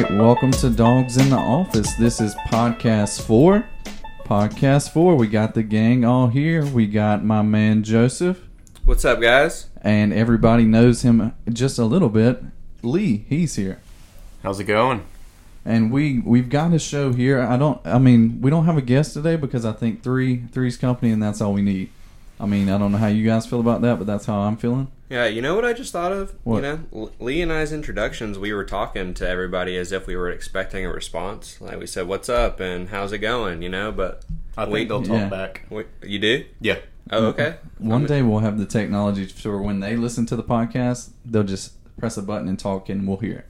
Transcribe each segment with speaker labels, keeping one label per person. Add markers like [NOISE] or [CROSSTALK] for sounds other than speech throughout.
Speaker 1: host of Dogs in the Office. This is podcast four. Podcast four. We got the gang all here. We got my man Joseph,
Speaker 2: What's up, guys?
Speaker 1: and everybody knows him just a little bit. Lee, he's here.
Speaker 2: How's it going?
Speaker 1: and we we've got a show here. I don't. I mean, we don't have a guest today because I think three three's company, and that's all we need. I mean, I don't know how you guys feel about that, but that's how I'm feeling.
Speaker 2: Yeah, you know what I just thought of?
Speaker 1: What?
Speaker 2: You know, L- Lee and I's introductions, we were talking to everybody as if we were expecting a response. Like we said, "What's up?" and "How's it going?" You know, but
Speaker 3: I think
Speaker 2: Wait,
Speaker 3: they'll talk
Speaker 1: yeah.
Speaker 3: back.
Speaker 2: we, you do?
Speaker 3: Yeah.
Speaker 2: Oh, okay.
Speaker 1: One
Speaker 2: I'm-
Speaker 1: day we'll have the technology to where when they listen to the podcast, they'll just press a button and talk, and we'll hear it.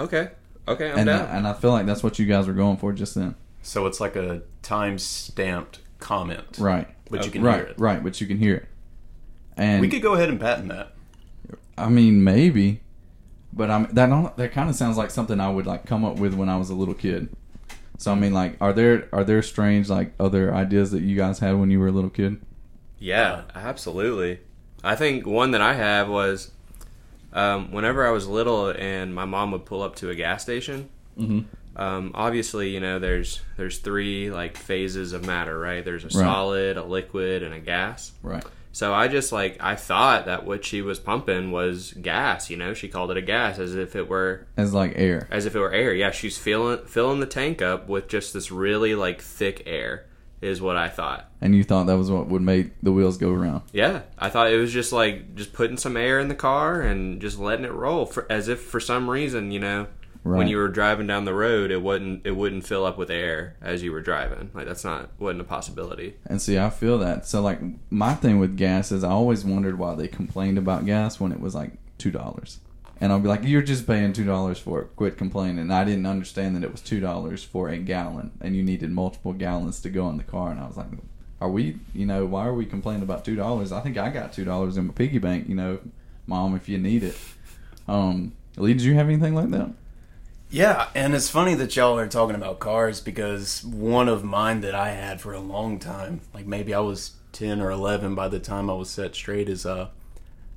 Speaker 2: Okay. Okay, I'm
Speaker 1: And
Speaker 2: down.
Speaker 1: I, and I feel like that's what you guys were going for just then.
Speaker 3: So it's like a time stamped comment.
Speaker 1: Right, Uh,
Speaker 3: But you can
Speaker 1: right,
Speaker 3: hear it.
Speaker 1: right. But you can hear it. And
Speaker 3: We could go ahead and patent that.
Speaker 1: I mean, maybe, but I'm that don't, that kind of sounds like something I would like come up with when I was a little kid. So I mean, like, are there are there strange like other ideas that you guys had when you were a little kid?
Speaker 2: Yeah, absolutely. I think one that I have was um, whenever I was little and my mom would pull up to a gas station.
Speaker 1: Mhm.
Speaker 2: Um, obviously, you know there's there's three like phases of matter, right? There's a solid, a liquid, and a gas.
Speaker 1: Right.
Speaker 2: So I just like I thought that what she was pumping was gas. You know, she called it a gas as if it were
Speaker 1: As like air.
Speaker 2: as if it were air. Yeah, she's filling filling the tank up with just this really like thick air is what I thought.
Speaker 1: And you thought that was what would make the wheels go around.
Speaker 2: Yeah, I thought it was just like just putting some air in the car and just letting it roll for, as if for some reason, you know,
Speaker 1: Right.
Speaker 2: when you were driving down the road, it wouldn't it wouldn't fill up with air as you were driving. Like that's not wasn't a possibility.
Speaker 1: And see, I feel that. So like my thing with gas is I always wondered why they complained about gas when it was like two dollars. And I'll be like, you're just paying two dollars for it. Quit complaining. And I didn't understand that it was two dollars for a gallon, and you needed multiple gallons to go in the car. And I was like, are we? You know, why are we complaining about two dollars? I think I got two dollars in my piggy bank. You know, mom, if you need it. Um, Lee, did you have anything like that?
Speaker 3: Yeah, and it's funny that y'all are talking about cars because one of mine that I had for a long time, like maybe I was 10 or 11 by the time I was set straight is uh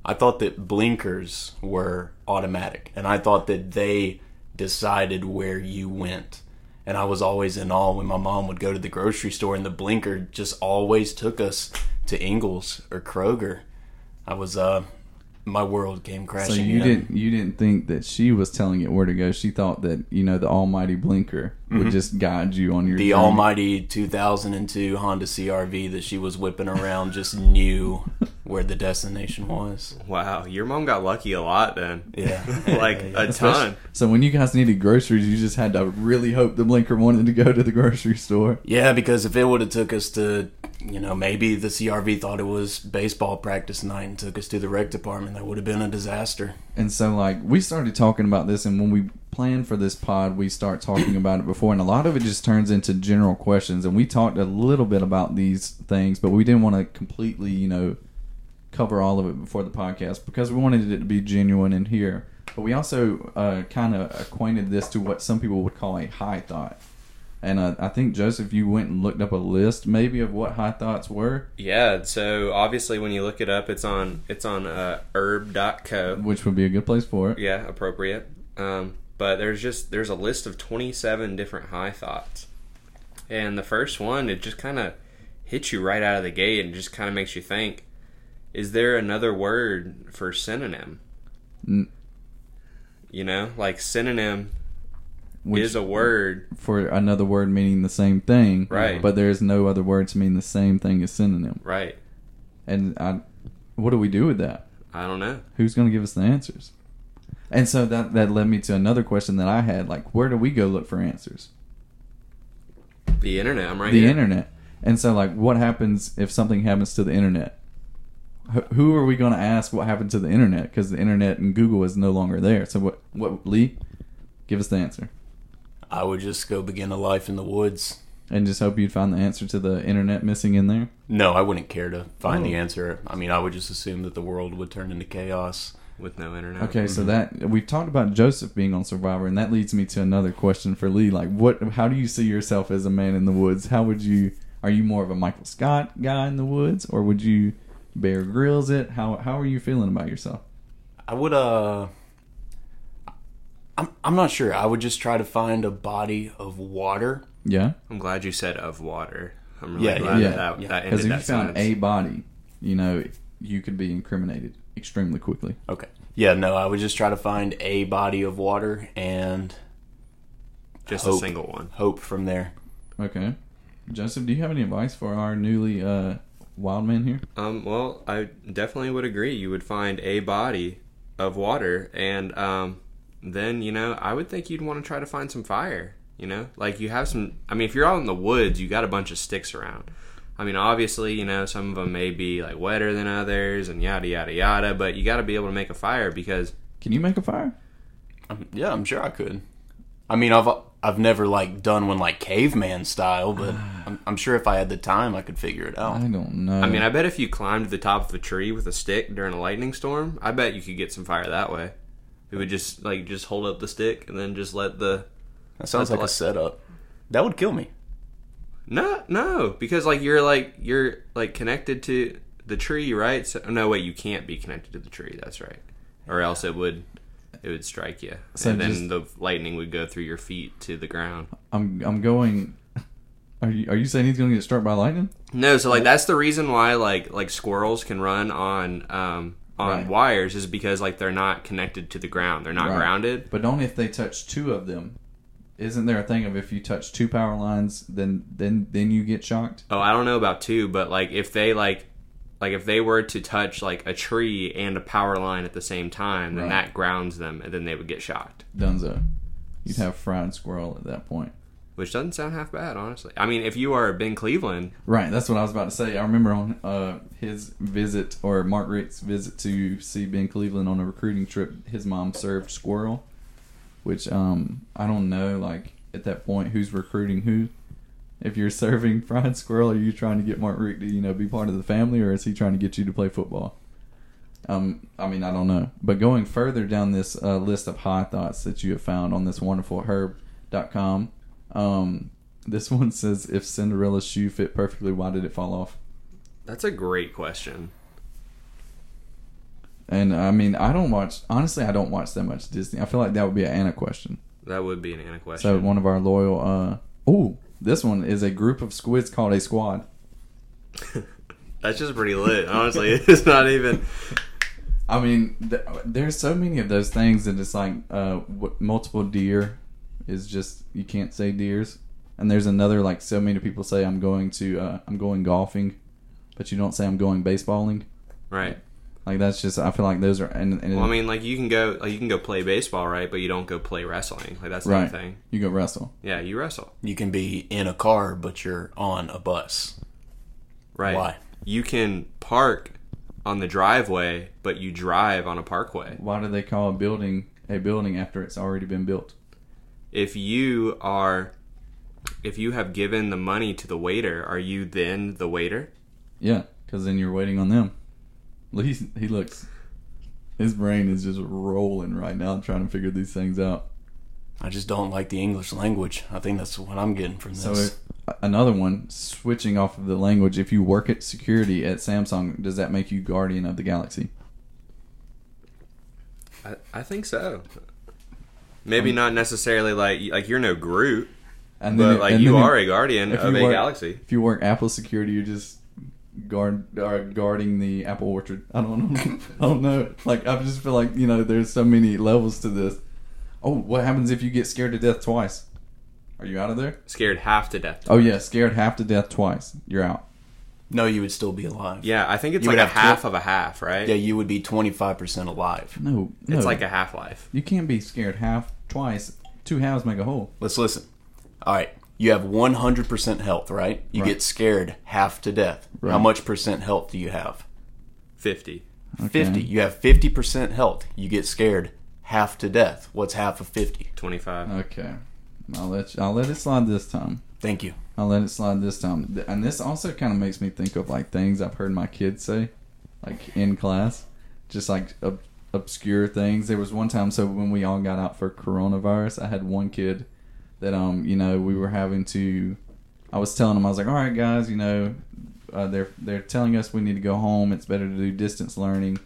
Speaker 3: I thought that blinkers were automatic and I thought that they decided where you went. And I was always in awe when my mom would go to the grocery store and the blinker just always took us to Ingles or Kroger. I was uh my world came crashing
Speaker 1: So you
Speaker 3: in.
Speaker 1: didn't you didn't think that she was telling it where to go. She thought that you know the Almighty blinker would just guide you on your
Speaker 3: Mm-hmm. the
Speaker 1: journey.
Speaker 3: almighty 2002 Honda CRV that she was whipping around just knew where the destination was.
Speaker 2: Wow, your mom got lucky a lot then.
Speaker 3: Yeah.
Speaker 2: [LAUGHS] like a
Speaker 1: Especially-
Speaker 2: ton.
Speaker 1: So when you guys needed groceries, you just had to really hope the blinker wanted to go to the grocery store.
Speaker 3: Yeah, because if it would have took us to, you know, maybe the CRV thought it was baseball practice night and took us to the rec department, that would have been a disaster.
Speaker 1: And so like we started talking about this, and when we plan for this pod, we start talking about it before, and a lot of it just turns into general questions. And we talked a little bit about these things, but we didn't want to completely you know cover all of it before the podcast because we wanted it to be genuine in here. But we also uh, kind of acquainted this to what some people would call a high thought. And uh, I think Joseph, you went and looked up a list maybe of what high thoughts were,
Speaker 2: Yeah, so obviously when you look it up, it's on it's on uh, herb.co.
Speaker 1: which would be a good place for it.
Speaker 2: Yeah, appropriate. Um, but there's just there's a list of 27 different high thoughts, and the first one it just kind of hits you right out of the gate and just kind of makes you think: Is there another word for synonym?
Speaker 1: N-
Speaker 2: You know, like synonym
Speaker 1: Which-
Speaker 2: is a word,
Speaker 1: for another word meaning the same thing,
Speaker 2: Right.
Speaker 1: But there's no other word to mean the same thing as synonym.
Speaker 2: right?
Speaker 1: And I, what do we do with that?
Speaker 2: I don't know.
Speaker 1: Who's going to give us the answers? And so that that led me to another question that I had, like, where do we go look for answers?
Speaker 2: The internet. I'm right
Speaker 1: the
Speaker 2: here.
Speaker 1: internet. And so, like, what happens if something happens to the internet? Wh- Who are we going to ask what happened to the internet? Because the internet and Google is no longer there. So, what, what, Lee, give us the answer.
Speaker 3: I would just go begin a life in the woods.
Speaker 1: And just hope you'd find the answer to the internet missing in there.
Speaker 3: No, I wouldn't care to find the
Speaker 2: Mm.
Speaker 1: Oh.
Speaker 3: answer. I mean, I would just assume that the world would turn into chaos.
Speaker 2: with no internet.
Speaker 1: Okay, so
Speaker 2: Mm-hmm.
Speaker 1: that we've talked about Joseph being on Survivor, and that leads me to another question for Lee. Like, what? How do you see yourself as a man in the woods? How would you? Are you more of a Michael Scott guy in the woods, or would you Bear Grylls it? How How are you feeling about yourself?
Speaker 3: I would uh I'm, I'm not sure. I would just try to find a body of water.
Speaker 1: Yeah,
Speaker 2: I'm glad you said of water. I'm really
Speaker 3: Yeah,
Speaker 2: glad
Speaker 1: yeah,
Speaker 2: that
Speaker 3: yeah.
Speaker 2: that
Speaker 1: because if
Speaker 2: ended
Speaker 1: you
Speaker 2: that
Speaker 1: found
Speaker 2: sentence.
Speaker 1: a body, you know you could be incriminated extremely quickly.
Speaker 3: Okay. Yeah, no, I would just try to find a body of water and
Speaker 2: just a
Speaker 3: hope.
Speaker 2: single one.
Speaker 3: hope from there.
Speaker 1: Okay, Joseph, do you have any advice for our newly uh, wild man here?
Speaker 2: Um, well, I definitely would agree. You would find a body of water, and um, then you know I would think you'd want to try to find some fire. You know, like you have some. I mean, if you're out in the woods, you got a bunch of sticks around. I mean, obviously, you know, some of them may be like wetter than others, and yada yada yada. But you got to be able to make a fire because
Speaker 1: Can you make a fire?
Speaker 3: Um, yeah, I'm sure I could. I mean, I've I've never like done one like caveman style, [SIGHS] but I'm, I'm sure if I had the time, I could figure it out.
Speaker 1: I don't know.
Speaker 2: I mean, I bet if you climbed to the top of a tree with a stick during a lightning storm, I bet you could get some fire that way. It would just like just hold up the stick and then just let the
Speaker 3: That sounds like a setup. That would kill me.
Speaker 2: No, no, because like you're like you're like connected to the tree, right? So no, wait, you can't be connected to the tree. That's right, or else it would it would strike you,
Speaker 1: So
Speaker 2: and then
Speaker 1: just-
Speaker 2: the lightning would go through your feet to the ground.
Speaker 1: I'm I'm going. [LAUGHS] Are you are you saying he's going to get struck by lightning?
Speaker 2: No, so like that's the reason why like like squirrels can run on um on
Speaker 1: Right.
Speaker 2: wires is because like they're not connected to the ground. They're not
Speaker 1: Right.
Speaker 2: grounded.
Speaker 1: But only if they touch two of them. Isn't there a thing of if you touch two power lines, then then then you get shocked?
Speaker 2: Oh, I don't know about two, but like if they like like if they were to touch like a tree and a power line at the same time, then
Speaker 1: Right.
Speaker 2: that grounds them, and then they would get shocked.
Speaker 1: Dunzo, you'd have fried squirrel at that point.
Speaker 2: which doesn't sound half bad, honestly. I mean, if you are Ben Cleveland,
Speaker 1: Right, that's what I was about to say. I remember on uh, his visit or Mark Rick's visit to see Ben Cleveland on a recruiting trip, his mom served squirrel, which um I don't know like at that point who's recruiting who. If you're [LAUGHS] serving fried squirrel, are you trying to get Mark Rick to you know be part of the family, or is he trying to get you to play football? Um, I mean, I don't know. But going further down this uh, list of high thoughts that you have found on this wonderful herb.com, um, this one says, if Cinderella's shoe fit perfectly, why did it fall off?
Speaker 2: that's a great question.
Speaker 1: And I mean, I don't watch, honestly, I don't watch that much Disney. I feel like that would be an Anna question.
Speaker 2: That would be an Anna
Speaker 1: So
Speaker 2: question.
Speaker 1: one of our loyal, uh, ooh, this one is a group of squids called a squad.
Speaker 2: that's just pretty lit, honestly. [LAUGHS] it's not even.
Speaker 1: I mean, th- there's so many of those things that it's like uh, w- multiple deer is just you can't say deers, and there's another like so many people say I'm going to uh, I'm going golfing, but you don't say I'm going baseballing.
Speaker 2: Right.
Speaker 1: Like that's just I feel like those are and, and
Speaker 2: Well, I mean, like you can go, like you can go play baseball, right? But you don't go play wrestling. Like that's the
Speaker 1: right
Speaker 2: thing.
Speaker 1: you go wrestle
Speaker 2: Yeah, you wrestle.
Speaker 3: You can be in a car, but you're on a bus.
Speaker 2: Right.
Speaker 3: Why?
Speaker 2: You can park on the driveway, but you drive on a parkway.
Speaker 1: why do they call a building a building after it's already been built
Speaker 2: If you are, if you have given the money to the waiter, are you then the waiter?
Speaker 1: yeah because then you're waiting on them Look, he's, he looks his brain is just rolling right now trying to figure these things out
Speaker 3: I just don't like the English language. I think that's what I'm getting from this.
Speaker 1: So if, another one, switching off of the language, if you work at security at Samsung, does that make you guardian of the galaxy?
Speaker 2: I, I think so. Maybe not necessarily like like you're no Groot,
Speaker 1: And
Speaker 2: but like
Speaker 1: and
Speaker 2: you
Speaker 1: then
Speaker 2: are a guardian
Speaker 1: if
Speaker 2: of
Speaker 1: you
Speaker 2: a
Speaker 1: work-
Speaker 2: galaxy.
Speaker 1: If you work Apple security, you're just guard are guarding the apple orchard. I don't know. [LAUGHS] I don't know. Like I just feel like you know, there's so many levels to this. Oh, what happens if you get scared to death twice? Are you out of there?
Speaker 2: Scared half to death.
Speaker 1: Oh yeah, scared half to death twice. You're out.
Speaker 3: no, you would still be alive.
Speaker 2: Yeah, I think it's
Speaker 3: You
Speaker 2: like
Speaker 3: would
Speaker 2: a
Speaker 3: have
Speaker 2: half
Speaker 3: tw-
Speaker 2: of a half, right?
Speaker 3: Yeah, you would be 25% alive.
Speaker 1: No, no.
Speaker 2: It's like a half life.
Speaker 1: you can't be scared half twice. Two halves make a whole.
Speaker 3: Let's listen. All right. You have 100% health, right? You
Speaker 1: Right.
Speaker 3: get scared half to death. How
Speaker 1: Right.
Speaker 3: much percent health do you have?
Speaker 2: Fifty.
Speaker 3: 50. You have 50% health. You get scared half to death. What's half of 50?
Speaker 2: Twenty-five.
Speaker 1: Okay, I'll let you, I'll let it slide this time.
Speaker 3: Thank you.
Speaker 1: I'll let it slide this time. Th- And this also kind of makes me think of like things I've heard my kids say, like in class, just like ob- obscure things. There was one time, so when we all got out for coronavirus, I had one kid that um, you know, we were having to. I was telling him, I was like, all right, guys, you know, uh, they're they're telling us we need to go home. It's better to do distance learning.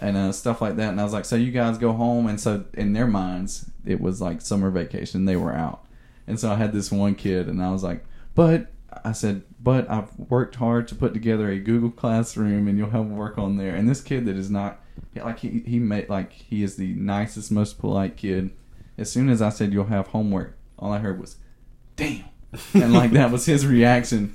Speaker 1: and uh, stuff like that. And I was like, so you guys go home. And so in their minds, it was like summer vacation. They were out. And so I had this one kid, and I was like, but I said, but I've worked hard to put together a Google Classroom, and you'll have work on there. And this kid that is not like he he made like he is the nicest, most polite kid. As soon as I said you'll have homework, all I heard was, "Damn," and like that was his reaction.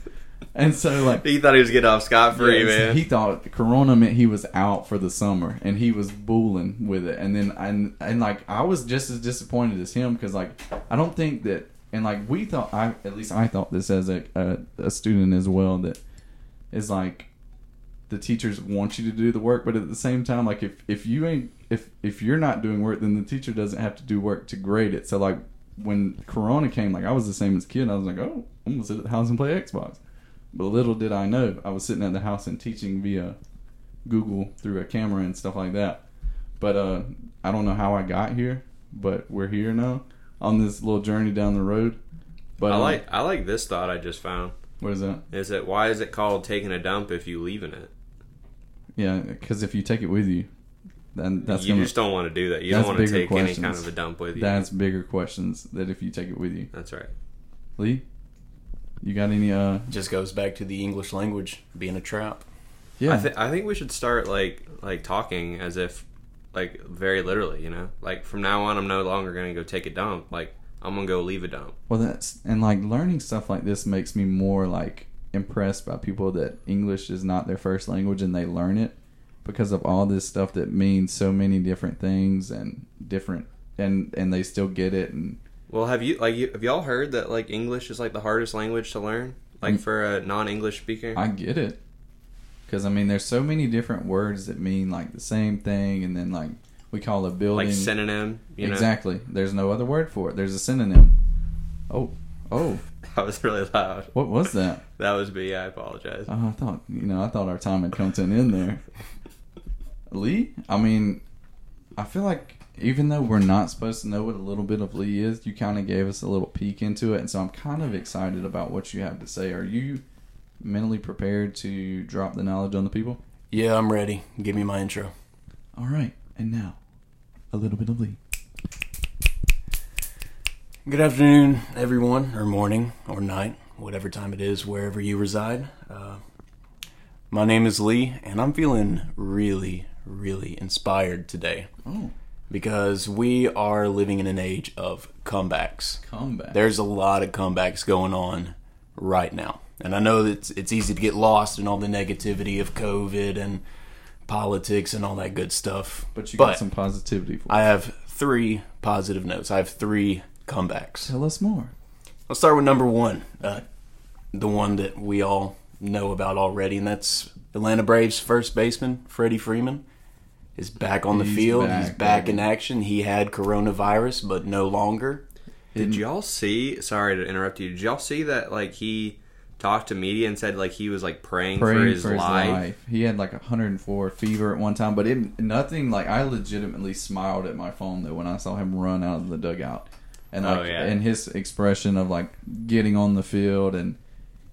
Speaker 1: And so like
Speaker 2: [LAUGHS] He thought he was getting off scot free,
Speaker 1: yeah,
Speaker 2: man.
Speaker 1: He thought Corona meant he was out for the summer, and he was booling with it. And then and and like I was just as disappointed as him because like I don't think that and like we thought I at least I thought this as a a, a student as well that is like the teachers want you to do the work, but at the same time, like if if you ain't if if you're not doing work, then the teacher doesn't have to do work to grade it. So like when Corona came, like I was the same as a kid. I was like, oh, I'm gonna sit at the house and play Xbox. But little did I know, I was sitting at the house and teaching via Google through a camera and stuff like that. But uh, I don't know how I got here, but we're here now on this little journey down the road. But
Speaker 2: I
Speaker 1: uh,
Speaker 2: like I like this thought I just found.
Speaker 1: what is that?
Speaker 2: Is that why is it called taking a dump if you leaving it?
Speaker 1: Yeah, because if you take it with you, then that's
Speaker 2: you
Speaker 1: gonna
Speaker 2: just don't want to do that. You
Speaker 1: That's
Speaker 2: don't want to
Speaker 1: bigger
Speaker 2: take any kind
Speaker 1: questions.
Speaker 2: of a dump with you.
Speaker 1: That's bigger questions that if you take it with you.
Speaker 2: That's right.
Speaker 1: Lee, you got any? uh
Speaker 3: Just goes back to the English language being a trap.
Speaker 1: Yeah,
Speaker 2: I, th- I think we should start like like talking as if like very literally, you know. Like from now on, I'm no longer gonna go take a dump. Like I'm gonna go leave a dump.
Speaker 1: well, that's and like learning stuff like this makes me more like impressed by people that English is not their first language and they learn it because of all this stuff that means so many different things and different and and they still get it and
Speaker 2: Well, have you like you, have y'all heard that like English is like the hardest language to learn? Like
Speaker 1: Mm.
Speaker 2: for a non-English speaker.
Speaker 1: I get it. Because I mean, there's so many different words that mean like the same thing, and then like we call a building
Speaker 2: like synonym, you know.
Speaker 1: exactly. There's no other word for it. There's a synonym. Oh, oh,
Speaker 2: [LAUGHS] That was really loud.
Speaker 1: what was that?
Speaker 2: That was me. I apologize.
Speaker 1: Oh, I thought you know, I thought our time had come to an end there. Lee, I mean, I feel like even though we're not supposed to know what a little bit of Lee is, you kind of gave us a little peek into it, and so I'm kind of excited about what you have to say. Are you mentally prepared to drop the knowledge on the people?
Speaker 3: Yeah, I'm ready. Give me my intro.
Speaker 1: All right, and now a little bit of Lee.
Speaker 3: Good afternoon, everyone, or morning, or night, whatever time it is, wherever you reside. Uh, my name is Lee, and I'm feeling really, really inspired today
Speaker 1: Oh,
Speaker 3: because we are living in an age of comebacks.
Speaker 1: combat.
Speaker 3: There's a lot of comebacks going on right now. And I know that it's, it's easy to get lost in all the negativity of COVID and politics and all that good stuff.
Speaker 1: but you got some positivity for.
Speaker 3: I have three positive notes. I have three comebacks.
Speaker 1: Tell us more.
Speaker 3: Let's start with number one, uh, the one that we all know about already, and that's Atlanta Braves first baseman Freddie Freeman is back on the
Speaker 1: He's
Speaker 3: field.
Speaker 1: back,
Speaker 3: He's back in
Speaker 1: baby.
Speaker 3: action. He had coronavirus, but no longer.
Speaker 2: Did y'all see? Sorry to interrupt you. Did y'all see that? Like he talked to media and said like he was like praying, for his, life.
Speaker 1: He had like 104 fever at one time, but it nothing like I legitimately smiled at my phone though when I saw him run out of the dugout, and like
Speaker 2: Oh, yeah.
Speaker 1: and his expression of like getting on the field and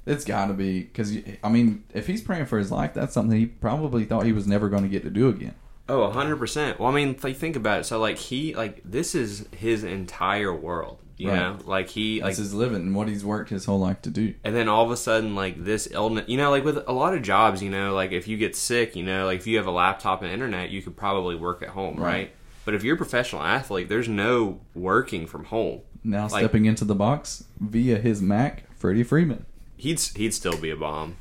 Speaker 1: it's got to be because I mean if he's praying for his life, that's something he probably thought he was never going to get to do again.
Speaker 2: Oh, hundred percent. Well, I mean, like, think about it. So like he like this is his entire world. You
Speaker 1: Right.
Speaker 2: know, like he like
Speaker 1: This is living and what he's worked his whole life to do.
Speaker 2: and then all of a sudden like this illness you know like with a lot of jobs you know like if you get sick you know like if you have a laptop and internet you could probably work at home right,
Speaker 1: Right.
Speaker 2: but if you're a professional athlete there's no working from home
Speaker 1: Now
Speaker 2: Like-
Speaker 1: stepping into the box via his Mac, Freddie Freeman.
Speaker 2: he'd s- he'd still be
Speaker 1: [LAUGHS]
Speaker 2: a bomb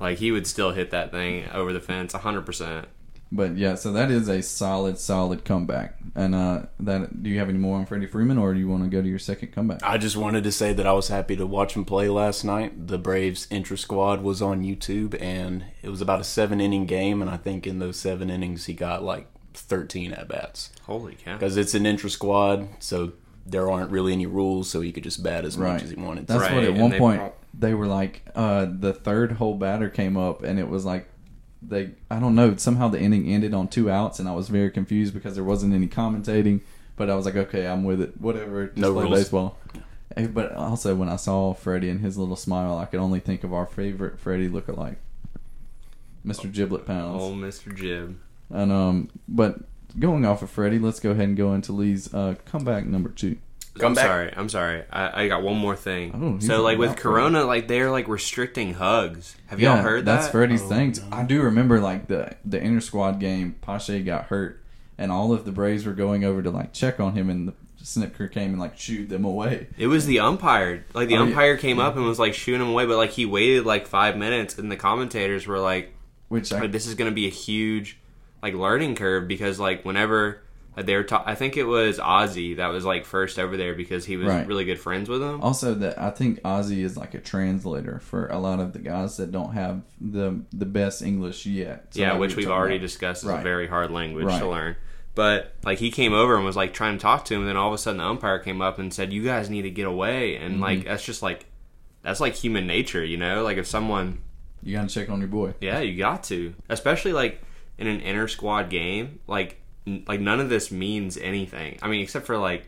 Speaker 2: like he would still hit that thing over the fence 100%
Speaker 1: But yeah, so that is a solid, solid comeback. And uh that do you have any more on Freddie Freeman, or do you want to go to your second comeback?
Speaker 3: I just wanted to say that I was happy to watch him play last night. The Braves intra squad was on YouTube, and it was about a seven inning game. And I think in those seven innings, he got like 13 at bats.
Speaker 2: holy cow
Speaker 3: because it's an intra squad, so there aren't really any rules, so he could just bat as
Speaker 1: Right.
Speaker 3: much as he wanted.
Speaker 1: That's
Speaker 3: to.
Speaker 2: Right.
Speaker 1: what at
Speaker 2: and
Speaker 1: one
Speaker 2: they
Speaker 1: point
Speaker 2: prob-
Speaker 1: they were like uh the third whole batter came up, and it was like they I don't know somehow the inning ended on two outs, and I was very confused because there wasn't any commentating. But I was like, okay, I'm with it. Whatever, just
Speaker 3: No
Speaker 1: play
Speaker 3: rules.
Speaker 1: baseball. Eh, But also when I saw Freddie and his little smile, I could only think of our favorite Freddie lookalike, Mr. Giblet Pounds.
Speaker 2: oh mr jib
Speaker 1: And um, but going off of Freddie, let's go ahead and go into Lee's uh, comeback number two.
Speaker 3: Come
Speaker 2: I'm
Speaker 3: back.
Speaker 2: sorry. I'm sorry. I, I got one more thing.
Speaker 1: Oh, you
Speaker 2: so
Speaker 1: got
Speaker 2: like
Speaker 1: that
Speaker 2: with
Speaker 1: for
Speaker 2: Corona, like they're like restricting hugs. Have y'all heard
Speaker 1: that's
Speaker 2: that?
Speaker 1: Freddie's
Speaker 3: Oh,
Speaker 1: thing.
Speaker 3: no.
Speaker 1: I do remember like the the inter squad game. Pache got hurt, and all of the Braves were going over to like check on him, and the Snipker came and like shooed them away.
Speaker 2: It was the umpire. Like the
Speaker 1: Oh, yeah.
Speaker 2: umpire came up and was like shooing him away, but like he waited like five minutes, and the commentators were like,
Speaker 1: Which I
Speaker 2: like, "This is going to be a huge like learning curve because like whenever like, they were, ta- I think it was Ozzy that was like first over there because he was
Speaker 1: Right.
Speaker 2: really good friends with him.
Speaker 1: also that I think Ozzy is like a translator for a lot of the guys that don't have the the best English yet. So,
Speaker 2: yeah,
Speaker 1: like,
Speaker 2: which
Speaker 1: we
Speaker 2: we've
Speaker 1: were talking
Speaker 2: already
Speaker 1: about-
Speaker 2: discussed is
Speaker 1: Right.
Speaker 2: a very hard language
Speaker 1: Right.
Speaker 2: to learn. But like he came over and was like trying to talk to him, and then all of a sudden the umpire came up and said, "You guys need to get away."
Speaker 1: Mm-hmm.
Speaker 2: And like that's just like that's like human nature, you know. Like if someone,
Speaker 1: You gotta check on your boy.
Speaker 2: yeah, you got to, especially like in an inter squad game, like n- like none of this means anything. I mean, except for like.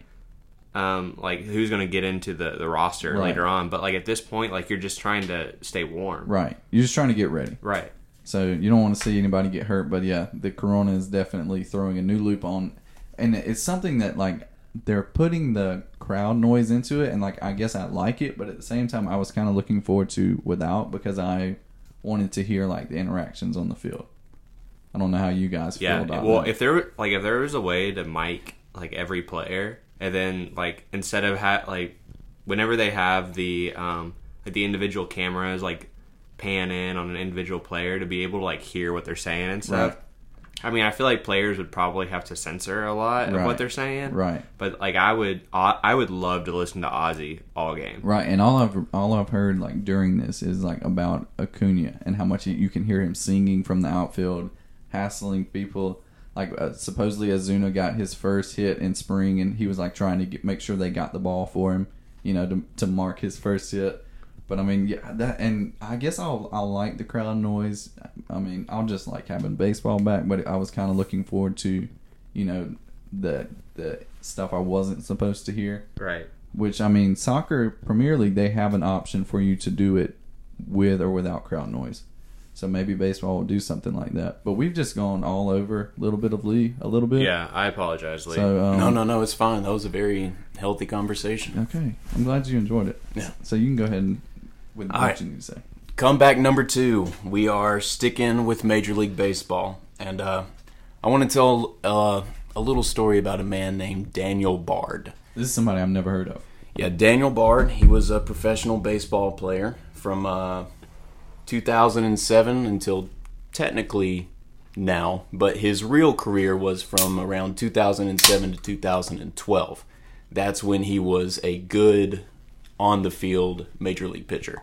Speaker 2: Um, like who's gonna get into the, the roster
Speaker 1: Right.
Speaker 2: later on? But like at this point, like you're just trying to stay warm,
Speaker 1: Right. You're just trying to get ready.
Speaker 2: right?
Speaker 1: So you don't want to see anybody get hurt, but yeah, the corona is definitely throwing a new loop on, and it's something that like they're putting the crowd noise into it, and like I guess I like it, but at the same time I was kind of looking forward to without because I wanted to hear like the interactions on the field. I don't know how you guys feel
Speaker 2: Yeah.
Speaker 1: about
Speaker 2: Well,
Speaker 1: that.
Speaker 2: if there were- like if there was a way to mic like every player, and then like instead of ha- like whenever they have the um like the individual cameras like pan in on an individual player to be able to like hear what they're saying and stuff.
Speaker 1: Right.
Speaker 2: I mean, I feel like players would probably have to censor a lot of
Speaker 1: Right.
Speaker 2: what they're saying.
Speaker 1: right.
Speaker 2: But like I would, I would love to listen to Ozzy all game.
Speaker 1: Right, and all I've all I've heard like during this is like about Acuna and how much you- you can hear him singing from the outfield, hassling people. Like uh, supposedly Azuna got his first hit in spring, and he was like trying to get, make sure they got the ball for him, you know, to, to mark his first hit. But I mean, yeah, that and I guess I'll I'll like the crowd noise. I mean, I'll just like having baseball back. But I was kind of looking forward to, you know, the the stuff I wasn't supposed to hear
Speaker 2: Right.
Speaker 1: which I mean, soccer Premier League they have an option for you to do it with or without crowd noise. So maybe baseball will do something like that. But we've just gone all over a little bit of Lee, a little bit.
Speaker 2: Yeah. I apologize, Lee.
Speaker 1: So um,
Speaker 3: no, no, no. It's fine. That was a very healthy conversation.
Speaker 1: Okay, I'm glad you enjoyed it.
Speaker 3: Yeah.
Speaker 1: So you can go ahead and with
Speaker 3: All
Speaker 1: what
Speaker 3: right.
Speaker 1: you need to say.
Speaker 3: Comeback number two. We are sticking with Major League Baseball, and uh, I want to tell uh, a little story about a man named Daniel Bard.
Speaker 1: This is somebody I've never heard of.
Speaker 3: Yeah, Daniel Bard. He was a professional baseball player from uh, 2007 until technically now, but his real career was from around 2007 to 2012. That's when he was a good on the field major league pitcher.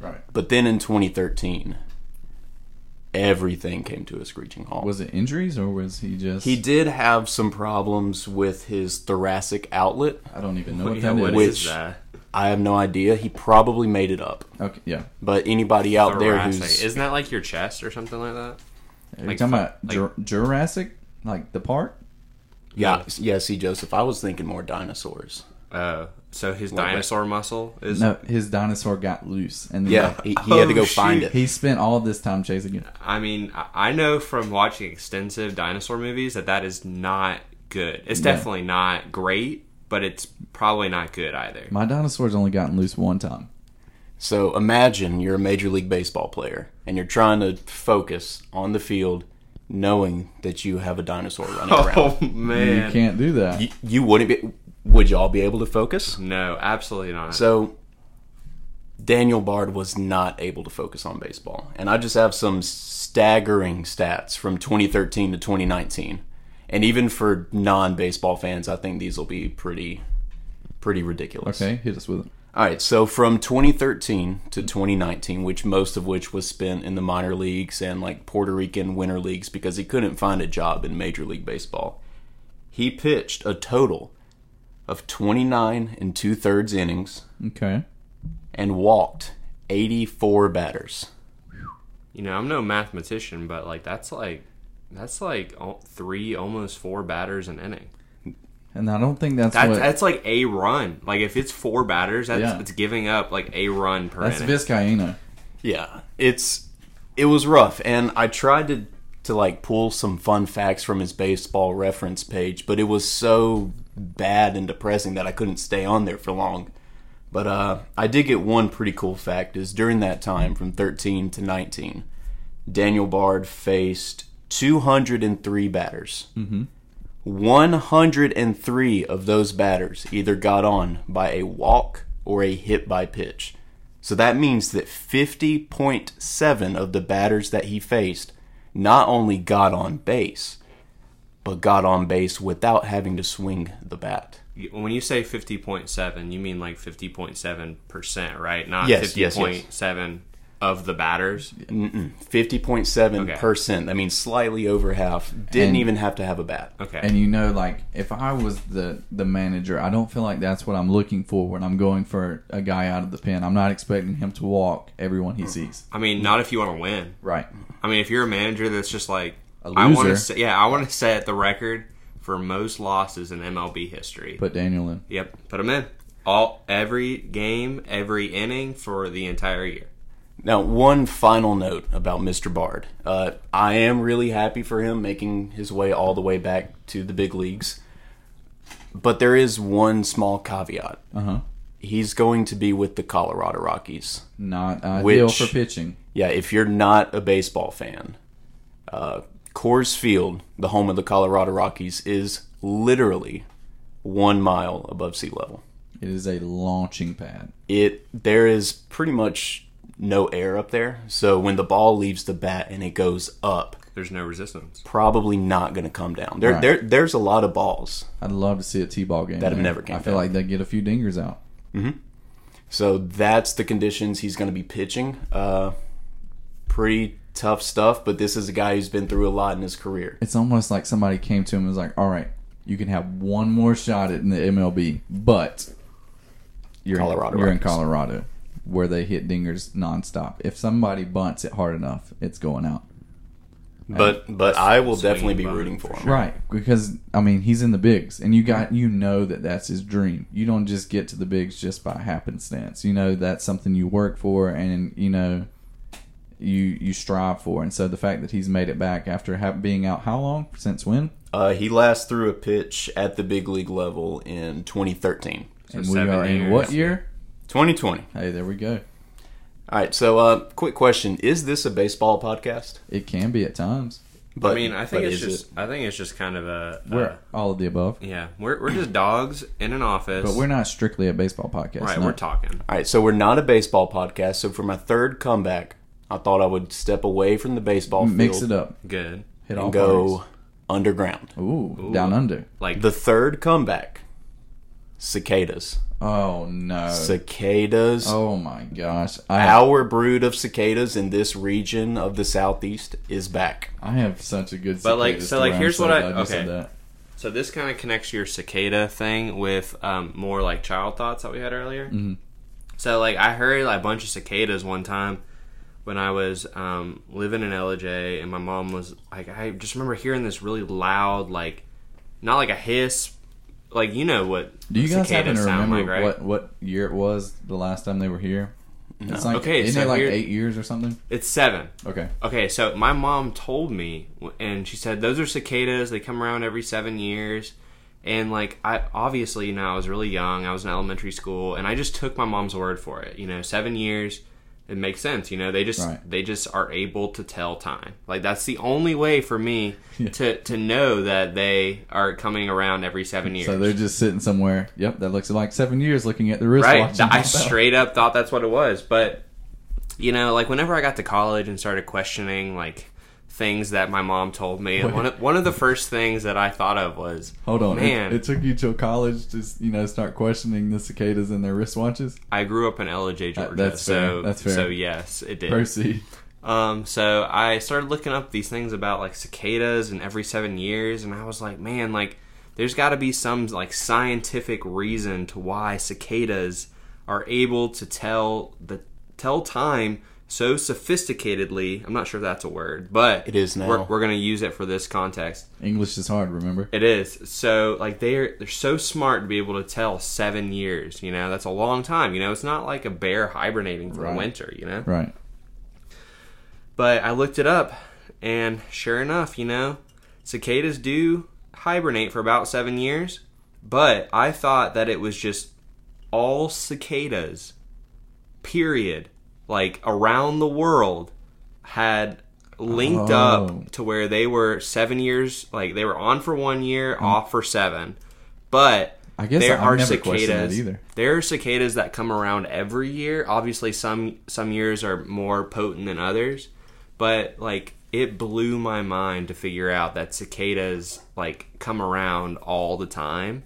Speaker 1: Right.
Speaker 3: But then in 2013, everything came to a screeching halt.
Speaker 1: Was it injuries or was he just?
Speaker 3: he did have some problems with his thoracic outlet.
Speaker 1: I don't even know what
Speaker 2: yeah,
Speaker 1: that
Speaker 2: what
Speaker 1: is.
Speaker 3: Wait.
Speaker 2: is
Speaker 3: Which-
Speaker 2: that?
Speaker 3: I have no idea. He probably made it up.
Speaker 1: Okay. Yeah.
Speaker 3: But anybody out there
Speaker 2: Thoracic.
Speaker 3: who's
Speaker 2: Isn't that like your chest or something like that?
Speaker 1: Are you
Speaker 2: Like,
Speaker 1: talking
Speaker 2: fu-
Speaker 1: about
Speaker 2: like-
Speaker 1: Jur- Jurassic, like the park?
Speaker 3: yeah, yeah, see Joseph, I was thinking more dinosaurs.
Speaker 2: Oh, so his
Speaker 3: Well,
Speaker 2: dinosaur muscle is
Speaker 1: No, his dinosaur got loose, and then
Speaker 3: Yeah,
Speaker 1: like,
Speaker 3: he, he had to go
Speaker 2: Oh,
Speaker 3: find
Speaker 2: shoot.
Speaker 3: it.
Speaker 1: he spent all this time chasing it.
Speaker 2: I mean, I- I know from watching extensive dinosaur movies that that is not good. It's definitely not great, but it's probably not good either.
Speaker 1: My dinosaur's only gotten loose one time.
Speaker 3: So imagine you're a major league baseball player and you're trying to focus on the field, knowing that you have a dinosaur running around.
Speaker 2: [LAUGHS] Oh
Speaker 1: You
Speaker 2: man,
Speaker 1: can't do that.
Speaker 3: You, you wouldn't be. Would y'all be able to focus?
Speaker 2: no, absolutely not.
Speaker 3: So Daniel Bard was not able to focus on baseball. And I just have some staggering stats from 2013 to 2019. And even for non-baseball fans, I think these will be pretty pretty ridiculous.
Speaker 1: Okay, hit us with it.
Speaker 3: All right, so from 2013 to 2019, which most of which was spent in the minor leagues and like Puerto Rican winter leagues because he couldn't find a job in Major League Baseball, he pitched a total of 29 and two thirds innings
Speaker 1: Okay.
Speaker 3: and walked 84 batters.
Speaker 2: you know, I'm no mathematician, but like that's like that's like al- three, almost four batters an inning.
Speaker 1: And I don't think that's,
Speaker 2: That's
Speaker 1: what
Speaker 2: that's like a run. Like if it's four batters, that's
Speaker 1: Yeah.
Speaker 2: it's giving up like a run per
Speaker 1: that's
Speaker 2: inning.
Speaker 1: Vizcaino.
Speaker 3: Yeah, it's it was rough, and I tried to to like pull some fun facts from his baseball reference page, but it was so bad and depressing that I couldn't stay on there for long. But uh, I did get one pretty cool fact is during that time from 13 to 19, Daniel Bard faced 203 batters. Mm-hmm. 103 of those batters either got on by a walk or a hit by pitch. So that means that 50.7 of the batters that he faced not only got on base, but got on base without having to swing the bat.
Speaker 2: You- When you say 50.7, you mean like 50.7%, right? Not
Speaker 3: Yes,
Speaker 2: 50.7
Speaker 3: yes, yes.
Speaker 2: of the batters.
Speaker 3: 50.7%, that means slightly over half, didn't
Speaker 1: And-
Speaker 3: even have to have a bat.
Speaker 2: Okay.
Speaker 1: and you know like if i was the the manager i don't feel like that's what i'm looking for when i'm going for a guy out of the pen i'm not expecting him to walk everyone he sees
Speaker 2: I mean, not if you want to win.
Speaker 1: right
Speaker 2: I mean, if you're a manager that's just like
Speaker 1: A
Speaker 2: I want
Speaker 1: loser.
Speaker 2: to, set, yeah, I want to set the record for most losses in MLB history.
Speaker 1: put daniel in
Speaker 2: yep, put them in all every game, every inning for the entire year.
Speaker 3: Now, one final note about Mr. Bard. Uh, I am really happy for him making his way all the way back to the big leagues. But there is one small caveat.
Speaker 1: uh-huh
Speaker 3: He's going to be with the Colorado Rockies.
Speaker 1: not ideal
Speaker 3: Which-
Speaker 1: for pitching
Speaker 3: Yeah, if you're not a baseball fan, uh, Coors Field, the home of the Colorado Rockies, is literally one mile above sea level.
Speaker 1: it is a launching pad
Speaker 3: it there is pretty much no air up there. So when the ball leaves the bat and it goes up,
Speaker 2: There's no resistance.
Speaker 3: probably not going to come down. There
Speaker 1: Right.
Speaker 3: there there's a lot of balls.
Speaker 1: i'd love to see a t-ball game
Speaker 3: That'd
Speaker 1: there.
Speaker 3: never came
Speaker 1: i feel
Speaker 3: back.
Speaker 1: like they get a few dingers out
Speaker 3: So that's the conditions he's going to be pitching. Uh pretty tough stuff, but this is a guy who's been through a lot in his career.
Speaker 1: it's almost like somebody came to him and was like all right you can have one more shot at in the mlb but you're,
Speaker 3: Colorado
Speaker 1: you're in
Speaker 3: Rockies.
Speaker 1: colorado where they hit dingers nonstop if somebody bunts it hard enough it's going out
Speaker 3: But but I will
Speaker 2: Swinging
Speaker 3: definitely be
Speaker 2: bone,
Speaker 3: rooting
Speaker 2: for
Speaker 3: for him.
Speaker 1: Right, because I mean he's in the bigs, and you got you know that that's his dream. You don't just get to the bigs just by happenstance. You know that's something you work for, and you know you you strive for. And so the fact that he's made it back after ha- being out how long since when?
Speaker 3: Uh, he last threw a pitch at the big league level in 2013.
Speaker 1: and we
Speaker 2: seven
Speaker 1: are in
Speaker 2: years.
Speaker 1: what year?
Speaker 3: 2020.
Speaker 1: Hey, there we go.
Speaker 3: All right, so uh, quick question: Is this a baseball podcast?
Speaker 1: It can be at times.
Speaker 3: But
Speaker 2: I mean, I think
Speaker 3: but
Speaker 2: it's
Speaker 3: is
Speaker 2: just
Speaker 3: it?
Speaker 2: I think it's just kind of a,
Speaker 1: We're
Speaker 2: a
Speaker 1: all of the above,
Speaker 2: yeah. We're we're just dogs in an office.
Speaker 1: but we're not strictly a baseball podcast.
Speaker 2: right.
Speaker 1: no.
Speaker 2: We're talking.
Speaker 3: All right, so we're not a baseball podcast. So for my third comeback, I thought I would step away from the baseball field
Speaker 1: Mix it up.
Speaker 2: Good.
Speaker 1: Hit all
Speaker 3: and go
Speaker 1: parties.
Speaker 3: underground.
Speaker 1: Ooh, down under.
Speaker 2: Like
Speaker 3: The third comeback, cicadas.
Speaker 1: Oh no.
Speaker 3: Cicadas.
Speaker 1: oh my gosh. I
Speaker 3: Our brood of cicadas in this region of the southeast is back.
Speaker 1: I have such a good.
Speaker 2: But, like,
Speaker 1: cicada
Speaker 2: so, like,
Speaker 1: story. I'm
Speaker 2: here's what I-
Speaker 1: glad you said
Speaker 2: okay.
Speaker 1: that.
Speaker 2: So this kind of connects to your cicada thing with um, more like child thoughts that we had earlier. Mm-hmm. So like I heard like, a bunch of cicadas one time when I was um, living in LJ, and my mom was like, I just remember hearing this really loud, like not like a hiss, like you know what?
Speaker 1: Do you guys happen
Speaker 2: cicadas
Speaker 1: to
Speaker 2: sound
Speaker 1: remember
Speaker 2: like, right?
Speaker 1: what what year it was the last time they were here? It's like
Speaker 2: Okay,
Speaker 1: isn't
Speaker 2: so
Speaker 1: it like
Speaker 2: here-
Speaker 1: eight years or something?
Speaker 2: It's seven.
Speaker 1: Okay,
Speaker 2: Okay, so my mom told me, and she said those are cicadas. They come around every seven years, and like I obviously, you know, I was really young. I was in elementary school, and I just took my mom's word for it. You know, seven years, it makes sense. You know, they just
Speaker 1: Right.
Speaker 2: they just are able to tell time. Like that's the only way for me to to know that they are coming around every seven years.
Speaker 1: so they're just sitting somewhere. Yep, that looks like seven years. Looking at the wristwatch.
Speaker 2: right.
Speaker 1: and
Speaker 2: I
Speaker 1: all that.
Speaker 2: straight up thought that's what it was, but you know, like whenever I got to college and started questioning like things that my mom told me, and one of, one of the first things that I thought of was,
Speaker 1: Hold on, it-
Speaker 2: man,
Speaker 1: It, took you till college to you know start questioning the cicadas and their wristwatches.
Speaker 2: I grew up in LJ, Georgia,
Speaker 1: that's fair,
Speaker 2: so
Speaker 1: that's fair.
Speaker 2: so yes, it did.
Speaker 1: Proceed.
Speaker 2: Um, so I started looking up these things about like cicadas and every seven years, and I was like, man, like there's got to be some like scientific reason to why cicadas are able to tell the tell time so sophisticatedly. I'm not sure if that's a word, but
Speaker 3: It is now.
Speaker 2: We're, we're gonna use it for this context.
Speaker 1: English is hard. Remember,
Speaker 2: It is so like they're they're so smart to be able to tell seven years. You know, that's a long time. You know, it's not like a bear hibernating for
Speaker 1: Right.
Speaker 2: winter. You know,
Speaker 1: right?
Speaker 2: but I looked it up. And sure enough, you know, cicadas do hibernate for about seven years, but I thought that it was just all cicadas, period, like around the world, had linked
Speaker 1: Oh.
Speaker 2: up to where they were seven years, like they were on for one year, off for seven. But
Speaker 1: I guess
Speaker 2: there
Speaker 1: I've
Speaker 2: are
Speaker 1: never questioned that
Speaker 2: cicadas.
Speaker 1: either.
Speaker 2: There are cicadas that come around every year. Obviously, some some years are more potent than others, but like it blew my mind to figure out that cicadas like come around all the time,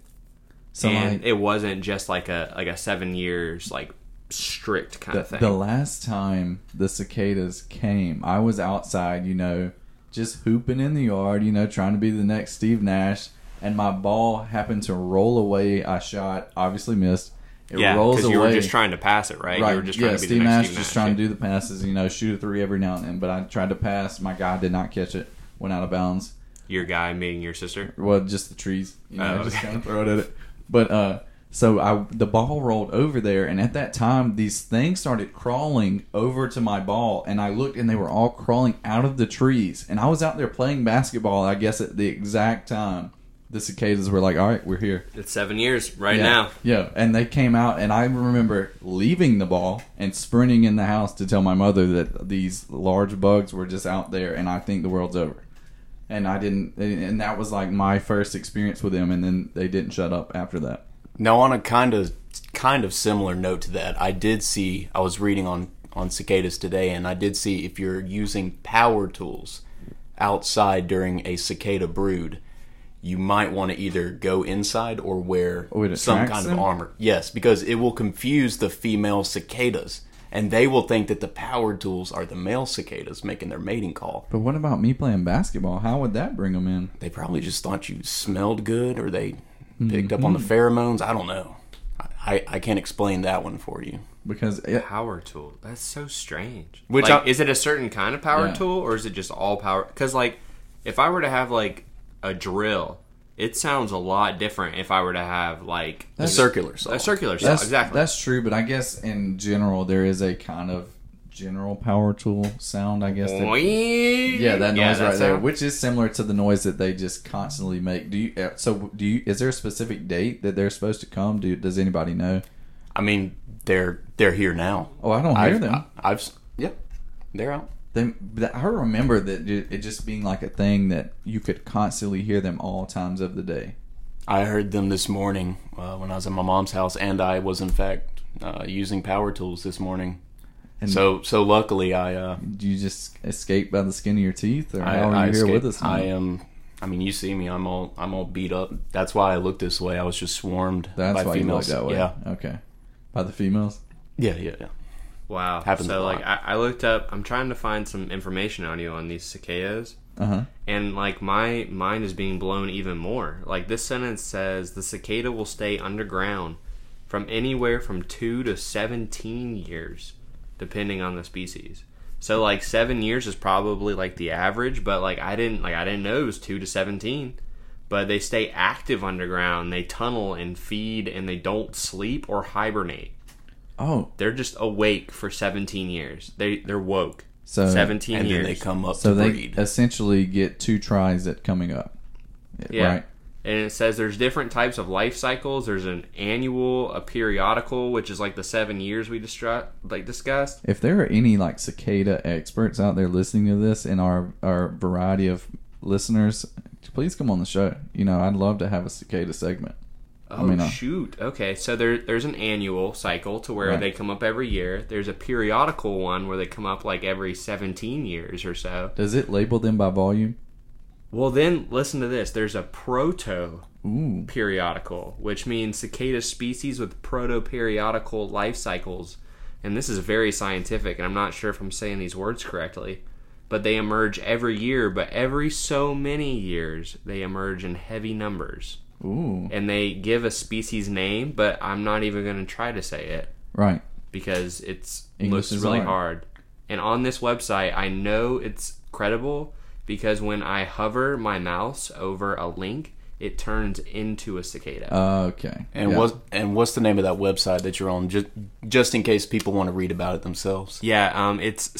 Speaker 1: So
Speaker 2: and
Speaker 1: like,
Speaker 2: it wasn't just like a like a seven years like strict kind of
Speaker 1: the,
Speaker 2: thing.
Speaker 1: the last time the cicadas came, I was outside, you know, just hooping in the yard, you know, trying to be the next Steve Nash, and my ball happened to roll away. I shot, obviously missed. It
Speaker 2: yeah,
Speaker 1: rolls
Speaker 2: because
Speaker 1: away.
Speaker 2: you were just trying to pass it, right?
Speaker 1: right.
Speaker 2: You were just
Speaker 1: yeah,
Speaker 2: trying to be
Speaker 1: Steve
Speaker 2: the
Speaker 1: Nash
Speaker 2: next
Speaker 1: just trying to do the passes, you know, shoot a three every now and then. But I tried to pass. My guy did not catch it. Went out of bounds
Speaker 2: your guy meeting your sister.
Speaker 1: well, just the trees. You know,
Speaker 2: Oh,
Speaker 1: just
Speaker 2: okay.
Speaker 1: kind of throw it at it. But uh, so I the ball rolled over there, and at that time, these things started crawling over to my ball, and I looked, and they were all crawling out of the trees, and I was out there playing basketball. I guess at the exact time the cicadas were like, "All right, we're here."
Speaker 2: It's seven years right
Speaker 1: yeah.
Speaker 2: now.
Speaker 1: Yeah, and they came out, and I remember leaving the ball and sprinting in the house to tell my mother that these large bugs were just out there, and I think the world's over. And I didn't, and and that was like my first experience with them, and then they didn't shut up after that.
Speaker 3: Now, on a kind of kind of similar note to that, I did see I was reading on on cicadas today, and I did see if you're using power tools outside during a cicada brood, you might want to either go inside or wear
Speaker 1: Oh, it
Speaker 3: some
Speaker 1: attracts
Speaker 3: kind
Speaker 1: them?
Speaker 3: of armor. Yes, because it will confuse the female cicadas, and they will think that the power tools are the male cicadas making their mating call.
Speaker 1: But what about me playing basketball? How would that bring them in?
Speaker 3: They probably just thought you smelled good, or they picked up on
Speaker 1: Mm-hmm.
Speaker 3: the pheromones. I don't know. I, I can't explain that one for you.
Speaker 1: Because it,
Speaker 2: power tool. That's so strange.
Speaker 3: Which
Speaker 2: Like,
Speaker 3: I-
Speaker 2: is it a certain kind of power
Speaker 1: Yeah.
Speaker 2: tool or is it just all power? Because like, if I were to have like a drill, it sounds a lot different. If I were to have like
Speaker 3: A circular saw.
Speaker 2: a circular saw,
Speaker 1: that's
Speaker 2: exactly.
Speaker 1: that's true. But I guess in general, there is a kind of general power tool sound. I guess that Yeah,
Speaker 2: yeah,
Speaker 1: that noise right
Speaker 2: that
Speaker 1: there,
Speaker 2: sound.
Speaker 1: which is similar to the noise that they just constantly make. Do you? uh, So do you? Is there a specific date that they're supposed to come? Do does anybody know?
Speaker 3: I mean, they're they're here now.
Speaker 1: Oh, I don't hear
Speaker 3: I've,
Speaker 1: them.
Speaker 3: I, I've s- yeah, they're out.
Speaker 1: they, but I remember that ju- it just being like a thing that you could constantly hear them all times of the day.
Speaker 3: I heard them this morning uh, when I was at my mom's house, and I was in fact uh, using power tools this morning.
Speaker 1: And-
Speaker 3: so so luckily I uh,
Speaker 1: Do you just escape by the skin of your teeth, or
Speaker 3: I,
Speaker 1: how are you
Speaker 3: I
Speaker 1: here
Speaker 3: escaped.
Speaker 1: with us? now?
Speaker 3: I am. I mean, you see me. I'm all I'm all beat up. That's why I look this way. I was just swarmed
Speaker 1: That's
Speaker 3: by
Speaker 1: why
Speaker 3: females.
Speaker 1: you look that way.
Speaker 3: Yeah,
Speaker 1: Okay. By the females.
Speaker 3: yeah, yeah, yeah.
Speaker 2: Wow.
Speaker 3: Happens a
Speaker 2: so
Speaker 3: lot.
Speaker 2: like, I, I looked up. I'm trying to find some information on you on these cicadas.
Speaker 1: Uh huh.
Speaker 2: and like my mind is being blown even more. Like this sentence says the cicada will stay underground from anywhere from 2 to 17 years depending on the species. So like 7 years is probably like the average, but like I didn't like I didn't know it was 2 to 17. But they stay active underground. They tunnel and feed and they don't sleep or hibernate.
Speaker 1: Oh,
Speaker 2: They're just awake for 17 years. They they're woke.
Speaker 1: so
Speaker 2: 17
Speaker 3: And
Speaker 2: years.
Speaker 3: then they come up
Speaker 1: so
Speaker 3: to
Speaker 1: they
Speaker 3: breed.
Speaker 1: essentially get two tries at coming up.
Speaker 2: Yeah.
Speaker 1: Right.
Speaker 2: And it says there's different types of life cycles. There's an annual, a periodical, which is like the seven years we distru- like discussed.
Speaker 1: If there are any like cicada experts out there listening to this and our our variety of listeners, please come on the show. You know, I'd love to have a cicada segment.
Speaker 2: Oh
Speaker 1: mean, uh,
Speaker 2: shoot! Okay, so there there's an annual cycle to where
Speaker 1: Right.
Speaker 2: they come up every year. There's a periodical one where they come up like every 17 years or so.
Speaker 1: Does it label them by volume?
Speaker 2: Well, then listen to this. There's a proto
Speaker 1: Ooh.
Speaker 2: periodical, which means cicada species with proto-periodical life cycles. And this is very scientific, and I'm not sure if I'm saying these words correctly. But they emerge every year, but every so many years they emerge in heavy numbers.
Speaker 1: Ooh.
Speaker 2: And they give a species name, but I'm not even going to try to say it
Speaker 1: Right.
Speaker 2: because it's
Speaker 1: English
Speaker 2: looks
Speaker 1: is
Speaker 2: really
Speaker 1: hard.
Speaker 2: hard. And on this website, I know it's credible because when I hover my mouse over a link, it turns into a cicada.
Speaker 1: Okay.
Speaker 3: And
Speaker 1: yeah.
Speaker 3: what and what's the name of that website that you're on? Just just in case people want to read about it themselves.
Speaker 2: yeah, um, it's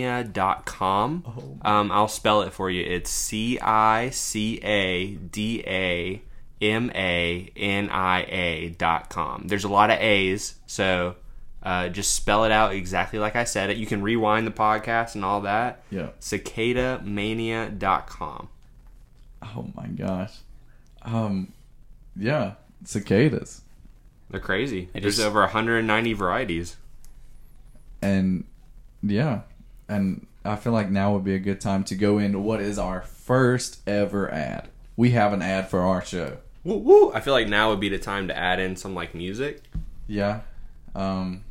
Speaker 2: cicadamania.com.
Speaker 1: Oh.
Speaker 2: Um, I'll spell it for you. It's C I C A D A M A N I A dot com. There's a lot of A's, so uh, just spell it out exactly like I said it. You can rewind the podcast and all that.
Speaker 1: Yeah.
Speaker 2: Cicadamania.com.
Speaker 1: Oh my gosh. Um, yeah, cicadas.
Speaker 2: They're crazy. There's
Speaker 3: just-
Speaker 2: over 190 varieties.
Speaker 1: and yeah and i feel like now would be a good time to go into what is our first ever ad we have an ad for our show
Speaker 2: Woo woo! I feel like now would be the time to add in some like music.
Speaker 1: yeah um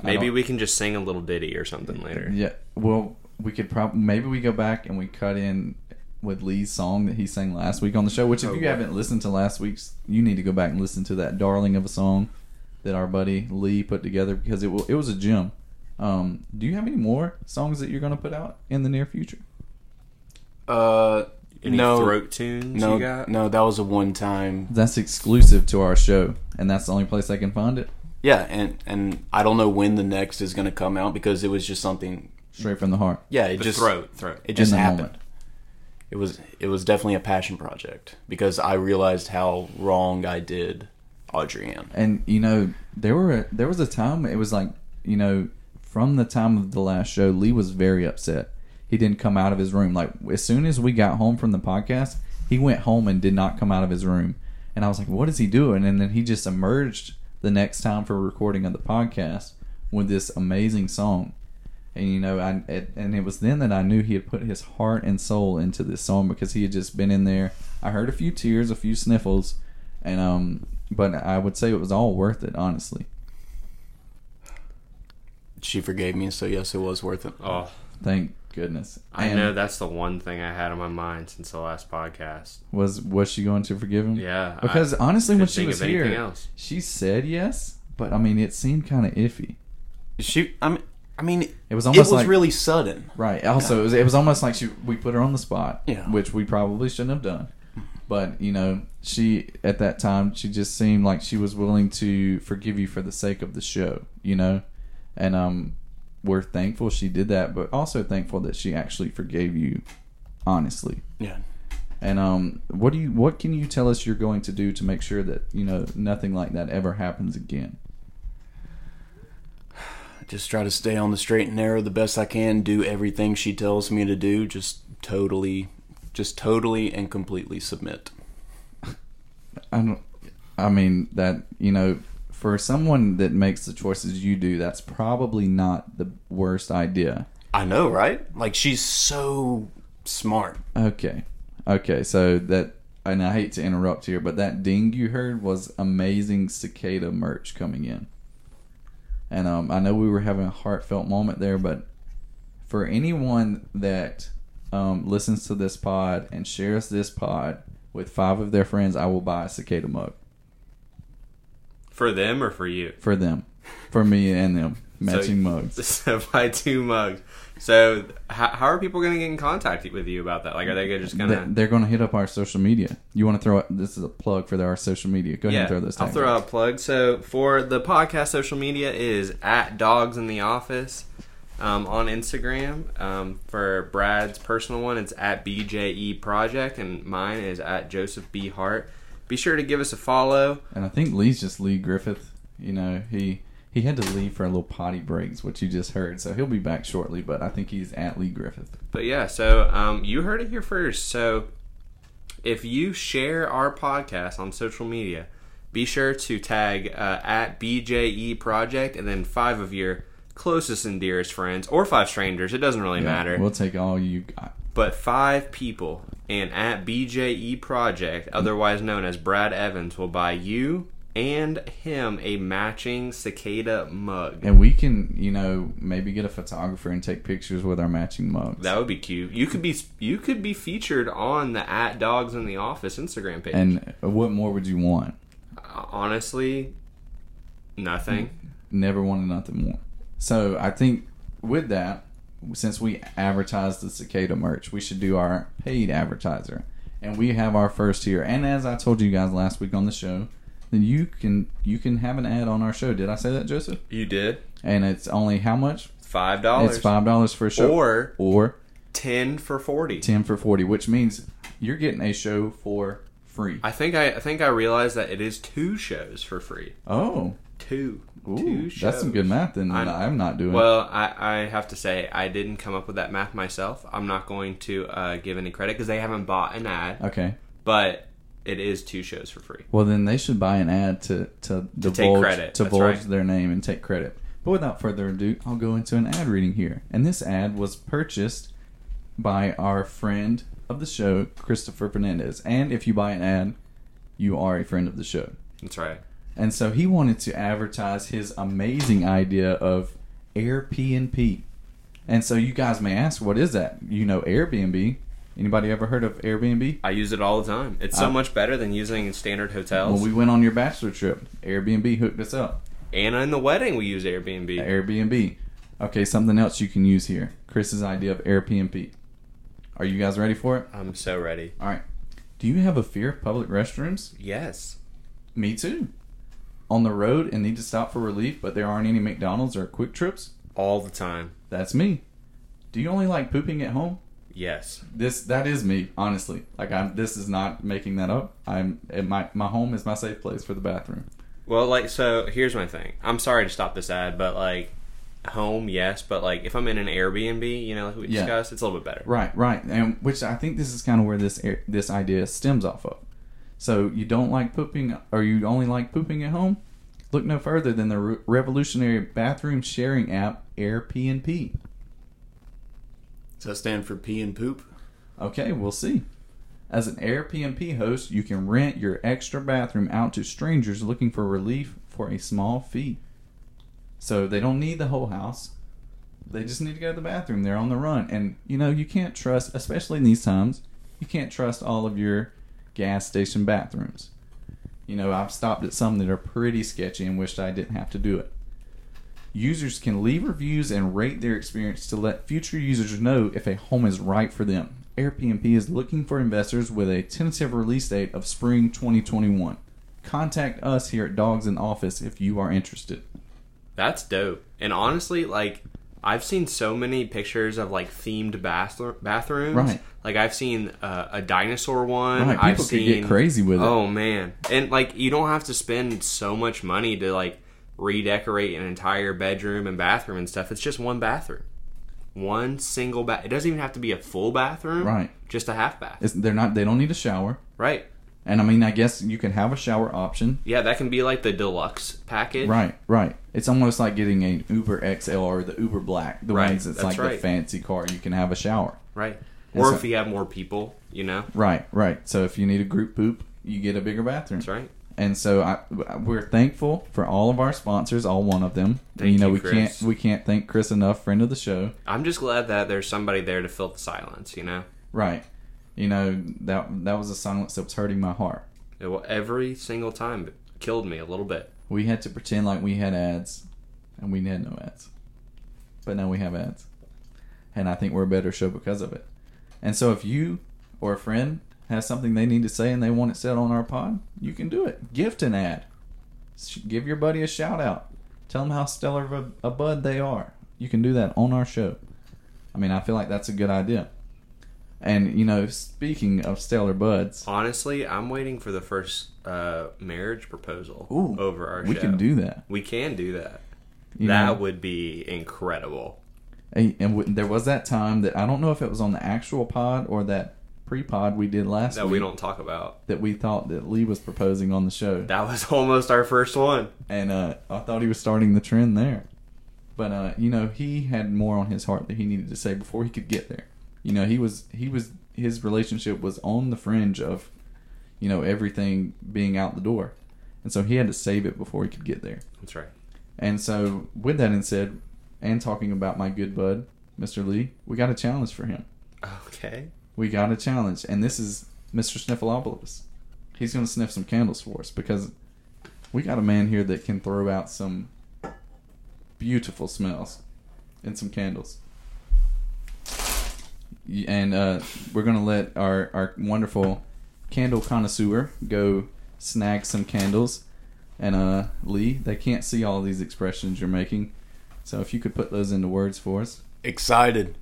Speaker 1: I
Speaker 2: Maybe
Speaker 1: don't-
Speaker 2: we can just sing a little ditty or something later.
Speaker 1: yeah well we could probably maybe we go back and we cut in with lee's song that he sang last week on the show which if you haven't listened to last week's you need to go back and listen to that darling of a song that our buddy lee put together because it, wa- it was a gem um, do you have any more songs that you're going to put out in the near future
Speaker 3: Uh,
Speaker 2: Any
Speaker 3: no,
Speaker 2: throat tunes
Speaker 3: no,
Speaker 2: you got?
Speaker 3: no. That was a one time.
Speaker 1: That's exclusive to our show, and that's the only place I can find it.
Speaker 3: Yeah, and and I don't know when the next is going to come out because it was just something.
Speaker 1: Straight from the heart.
Speaker 3: Yeah, it
Speaker 2: The
Speaker 3: just
Speaker 2: throat, throat.
Speaker 3: It just
Speaker 1: In the
Speaker 3: happened.
Speaker 1: moment.
Speaker 3: It was it was definitely a passion project because I realized how wrong I did Audrey Ann.
Speaker 1: And you know, there were a, there was a time it was like you know, from the time of the last show, Lee was very upset. He didn't come out of his room. Like as soon as we got home from the podcast, he went home and did not come out of his room. And I was like, "What is he doing?" And then he just emerged the next time for recording of the podcast with this amazing song. and you know, I it, and it was then that I knew he had put his heart and soul into this song because he had just been in there. I heard a few tears, a few sniffles, and um, but I would say it was all worth it, honestly.
Speaker 3: She forgave me, so yes, it was worth it.
Speaker 2: Oh,
Speaker 1: Thank goodness.
Speaker 2: I
Speaker 1: And
Speaker 2: know that's the one thing I had on my mind since the last podcast.
Speaker 1: Was was she going to forgive him?
Speaker 2: Yeah, I
Speaker 1: Because honestly, when
Speaker 2: couldn't
Speaker 1: she
Speaker 2: think
Speaker 1: was
Speaker 2: of anything
Speaker 1: here,
Speaker 2: else.
Speaker 1: she said yes, but I mean, it seemed kind of iffy.
Speaker 3: She, I mean, I mean, it
Speaker 1: It was
Speaker 3: was
Speaker 1: almost like
Speaker 3: really sudden.
Speaker 1: Right. Also, it was, it was almost like she we put her on the spot,
Speaker 3: Yeah.
Speaker 1: which we probably shouldn't have done. But you know, she at that time she just seemed like she was willing to forgive you for the sake of the show, you know, and um, we're thankful she did that, but also thankful that she actually forgave you, honestly.
Speaker 3: Yeah.
Speaker 1: And um, what do you what can you tell us you're going to do to make sure that you know nothing like that ever happens again?
Speaker 3: just try to stay on the straight and narrow the best I can, do everything she tells me to do, just totally just totally and completely submit.
Speaker 1: I don't. I mean that you know, for someone that makes the choices you do, that's probably not the worst idea.
Speaker 3: I know, right? Like she's so smart.
Speaker 1: Okay, okay. So that, and I hate to interrupt here, but that ding you heard was amazing cicada merch coming in. And um, I know we were having a heartfelt moment there, but for anyone that um, listens to this pod and shares this pod with five of their friends, I will buy a cicada mug.
Speaker 2: For them or for you? [LAUGHS]
Speaker 1: for them, for me and them. Matching mugs.
Speaker 2: So buy two mugs. So how, how are people going to get in contact with you about that? Like, are they gonna- just going
Speaker 1: They-
Speaker 2: to?
Speaker 1: They're going to hit up our social media. You want to throw out? This is a plug for our social media. Go ahead and throw those.
Speaker 2: I'll
Speaker 1: tags
Speaker 2: throw out a plug. So for the podcast, social media is at Dogs in the Office um, on Instagram. Um, for Brad's personal one, it's at BJE Project, and mine is at Joseph B Hart. Be sure to give us a follow.
Speaker 1: And I think Lee's just Lee Griffith. You know he he had to leave for a little potty breaks, which you just heard. So he'll be back shortly. But I think he's at Lee Griffith.
Speaker 2: But yeah, so um, you heard it here first. So if you share our podcast on social media, be sure to tag uh, at BJE Project and then five of your closest and dearest friends or five strangers. It doesn't really matter.
Speaker 1: We'll take all you got.
Speaker 2: but five people and at BJE Project, otherwise known as Brad Evans, will buy you and him a matching cicada mug.
Speaker 1: And we can, you know, maybe get a photographer and take pictures with our matching mugs.
Speaker 2: That would be cute. You could be you could be featured on the at Dogs in the Office Instagram page.
Speaker 1: and what more would you want?
Speaker 2: Honestly, nothing.
Speaker 1: Mm. never wanted nothing more. So I think with that, since we advertise the cicada merch, we should do our paid advertiser. and we have our first here. And as I told you guys last week on the show, then you can you can have an ad on our show. Did I say that, Joseph?
Speaker 2: You did
Speaker 1: And it's only how much?
Speaker 2: five dollars.
Speaker 1: It's five dollars for a show,
Speaker 2: Or
Speaker 1: or
Speaker 2: ten for forty.
Speaker 1: ten for forty, which means you're getting a show for free.
Speaker 2: I think I, I think I realized that it is two shows for free.
Speaker 1: Oh,
Speaker 2: Two.
Speaker 1: ooh,
Speaker 2: two shows.
Speaker 1: that's some good math. Then
Speaker 2: I'm-
Speaker 1: that I'm not doing.
Speaker 2: Well, I, I have to say I didn't come up with that math myself. I'm not going to uh, give any credit because they haven't bought an ad,
Speaker 1: okay.
Speaker 2: but it is two shows for free.
Speaker 1: Well, then they should buy an ad to to divulge
Speaker 2: credit.
Speaker 1: to
Speaker 2: That's
Speaker 1: divulge
Speaker 2: right.
Speaker 1: their name and take credit. But without further ado, I'll go into an ad reading here. And this ad was purchased by our friend of the show, Christopher Fernandez. And if you buy an ad, you are a friend of the show.
Speaker 2: That's right.
Speaker 1: And so he wanted to advertise his amazing idea of Airbnb. And so you guys may ask, what is that? You know Airbnb. Anybody ever heard of Airbnb?
Speaker 2: I use it all the time. It's so
Speaker 1: I-
Speaker 2: much better than using standard hotels.
Speaker 1: When Uh, we went on your bachelor trip, Airbnb hooked us up.
Speaker 2: Anna in the wedding, we use Airbnb.
Speaker 1: Airbnb. Okay, something else you can use here. Chris's idea of Airbnb. Are you guys ready for it?
Speaker 2: I'm so ready.
Speaker 1: All right. Do you have a fear of public restrooms?
Speaker 2: Yes.
Speaker 1: Me too. On the road and need to stop for relief, but there aren't any McDonald's or quick trips?
Speaker 2: All the time.
Speaker 1: That's me. Do you only like pooping at home?
Speaker 2: Yes.
Speaker 1: This that is me, honestly. Like I'm this is not making that up. I'm at my my home is my safe place for the bathroom.
Speaker 2: Well, like, so here's my thing. I'm sorry to stop this ad, but like, home, yes, but like, if I'm in an Airbnb, you know, like we
Speaker 1: Yeah.
Speaker 2: discussed, it's a little bit better.
Speaker 1: Right, right, and which I think this is kind of where this air- this idea stems off of. So you don't like pooping, or you only like pooping at home. Look no further than the re- revolutionary bathroom sharing app Airbnb.
Speaker 3: Does that stand for pee and poop?
Speaker 1: Okay, we'll see. As an Airbnb host, you can rent your extra bathroom out to strangers looking for relief for a small fee. So they don't need the whole house. They just need to go to the bathroom. They're on the run. And, you know, you can't trust, especially in these times, you can't trust all of your gas station bathrooms. You know, I've stopped at some that are pretty sketchy and wished I didn't have to do it. Users can leave reviews and rate their experience to let future users know if a home is right for them. Airbnb is looking for investors with a tentative release date of spring 2021. Contact us here at Dogs in Office if you are interested.
Speaker 2: That's dope. And honestly, like I've seen so many pictures of like themed bathroom bathrooms.
Speaker 1: Right.
Speaker 2: Like I've seen uh, a dinosaur one.
Speaker 1: Right,
Speaker 2: I've
Speaker 1: people could
Speaker 2: seen,
Speaker 1: get crazy with it.
Speaker 2: Oh man! And like you don't have to spend so much money to like redecorate an entire bedroom and bathroom and stuff. It's just one bathroom, one single bath. It doesn't even have to be a full bathroom.
Speaker 1: Right.
Speaker 2: Just a half bath.
Speaker 1: It's, they're not. They don't need a shower.
Speaker 2: right.
Speaker 1: And I mean, I guess you can have a shower option.
Speaker 2: Yeah, that can be like the deluxe package.
Speaker 1: Right, right. It's almost like getting an Uber XL or the Uber Black, the
Speaker 2: Right,
Speaker 1: ones that's, like
Speaker 2: that's right.
Speaker 1: the fancy car. You can have a shower.
Speaker 2: Right.
Speaker 1: And
Speaker 2: Or
Speaker 1: so-
Speaker 2: if you have more people, you know.
Speaker 1: Right, right. So if you need a group poop, you get a bigger bathroom.
Speaker 2: That's right.
Speaker 1: and so I, we're thankful for all of our sponsors, all one of them.
Speaker 2: Thank
Speaker 1: you know,
Speaker 2: you,
Speaker 1: we
Speaker 2: Chris.
Speaker 1: can't we can't thank Chris enough, friend of the show.
Speaker 2: I'm just glad that there's somebody there to fill the silence, you know?
Speaker 1: Right. You know, that that was a silence that was hurting my heart.
Speaker 2: It will, every single time it killed me a little bit.
Speaker 1: We had to pretend like we had ads and we had no ads. But now we have ads. And I think we're a better show because of it. And so if you or a friend has something they need to say and they want it said on our pod, you can do it. Gift an ad. Sh- Give your buddy a shout out. Tell them how stellar of a, a bud they are. You can do that on our show. I mean, I feel like that's a good idea. And, you know, speaking of stellar buds,
Speaker 2: Honestly, I'm waiting for the first uh, marriage proposal
Speaker 1: Ooh,
Speaker 2: over our
Speaker 1: we
Speaker 2: show.
Speaker 1: can do that.
Speaker 2: We can do that.
Speaker 1: You
Speaker 2: that
Speaker 1: know?
Speaker 2: would be incredible.
Speaker 1: And, and w- there was that time that I don't know if it was on the actual pod or that pre-pod we did last
Speaker 2: That
Speaker 1: week
Speaker 2: we don't talk about.
Speaker 1: that we thought that Lee was proposing on the show,
Speaker 2: That was [LAUGHS] almost our first one.
Speaker 1: and uh, I thought he was starting the trend there. But uh, you know, he had more on his heart that he needed to say before he could get there. You know, he was he was his relationship was on the fringe of, you know, everything being out the door, and so he had to save it before he could get there.
Speaker 2: That's right.
Speaker 1: And so, with that in said, and talking about my good bud, Mr. Lee, we got a challenge for him.
Speaker 2: Okay.
Speaker 1: we got a challenge, and this is Mr. Sniffleopolis. He's going to sniff some candles for us because we got a man here that can throw out some beautiful smells and some candles. Y- And uh, we're going to let our, our wonderful candle connoisseur, go snag some candles. And uh, Lee, they can't see all these expressions you're making. So if you could put those into words for us,
Speaker 3: Excited.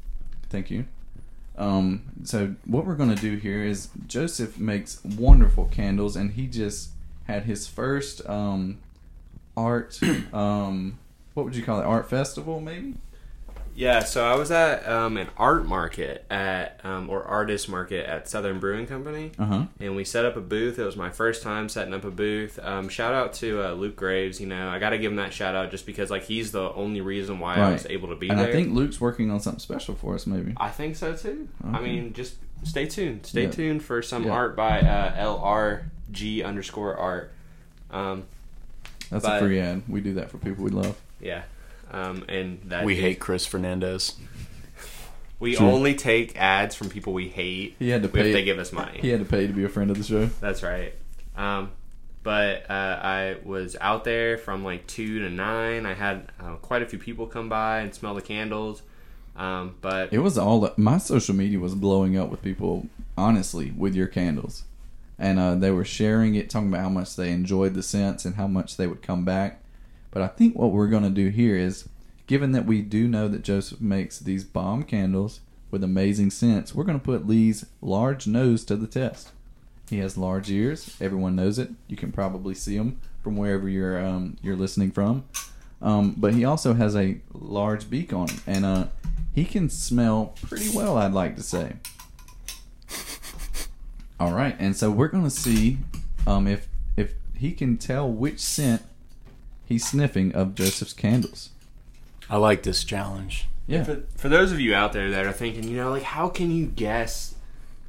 Speaker 1: thank you. Um, so what we're gonna do here is Joseph makes wonderful candles, and he just had his first um, art. [COUGHS] um, what would you call it? Art festival, maybe?
Speaker 2: Yeah, so I was at um, an art market at um, or artist market at Southern Brewing Company,
Speaker 1: Uh huh.
Speaker 2: and we set up a booth. It was my first time setting up a booth. Um, shout out to uh, Luke Graves. You know, I got to give him that shout out just because like he's the only reason why I
Speaker 1: Right.
Speaker 2: was able to be
Speaker 1: And
Speaker 2: there.
Speaker 1: I think Luke's working on something special for us, maybe.
Speaker 2: I think so too. I
Speaker 1: Okay.
Speaker 2: mean, just stay tuned. Stay
Speaker 1: Yeah.
Speaker 2: tuned for some
Speaker 1: Yeah.
Speaker 2: art by uh, LRG underscore art. Um,
Speaker 1: That's
Speaker 2: But-
Speaker 1: a free ad. We do that for people we love.
Speaker 2: yeah, um, and that
Speaker 3: We
Speaker 2: is-
Speaker 3: hate Chris Fernandez.
Speaker 2: We
Speaker 1: Sure.
Speaker 2: only take ads from people we hate
Speaker 1: He had to
Speaker 2: if they
Speaker 1: pay.
Speaker 2: give us money.
Speaker 1: He had to pay to be a friend of the show.
Speaker 2: That's right. Um, but uh, I was out there from like two to nine. I had uh, quite a few people come by and smell the candles. Um, but
Speaker 1: It was all my social media was blowing up with people, honestly, with your candles, and uh, they were sharing it, talking about how much they enjoyed the scents and how much they would come back. But I think what we're gonna do here is, given that we do know that Joseph makes these bomb candles with amazing scents, we're gonna put Lee's large nose to the test. He has large ears. Everyone knows it. You can probably see them from wherever you're um, you're listening from. Um, but he also has a large beak on him, and uh, he can smell pretty well. I'd like to say. All right, and so we're gonna see um, if if he can tell which scent he's sniffing of Joseph's candles.
Speaker 3: I like this challenge.
Speaker 1: Yeah,
Speaker 2: for, for those of you out there that are thinking, you know, like how can you guess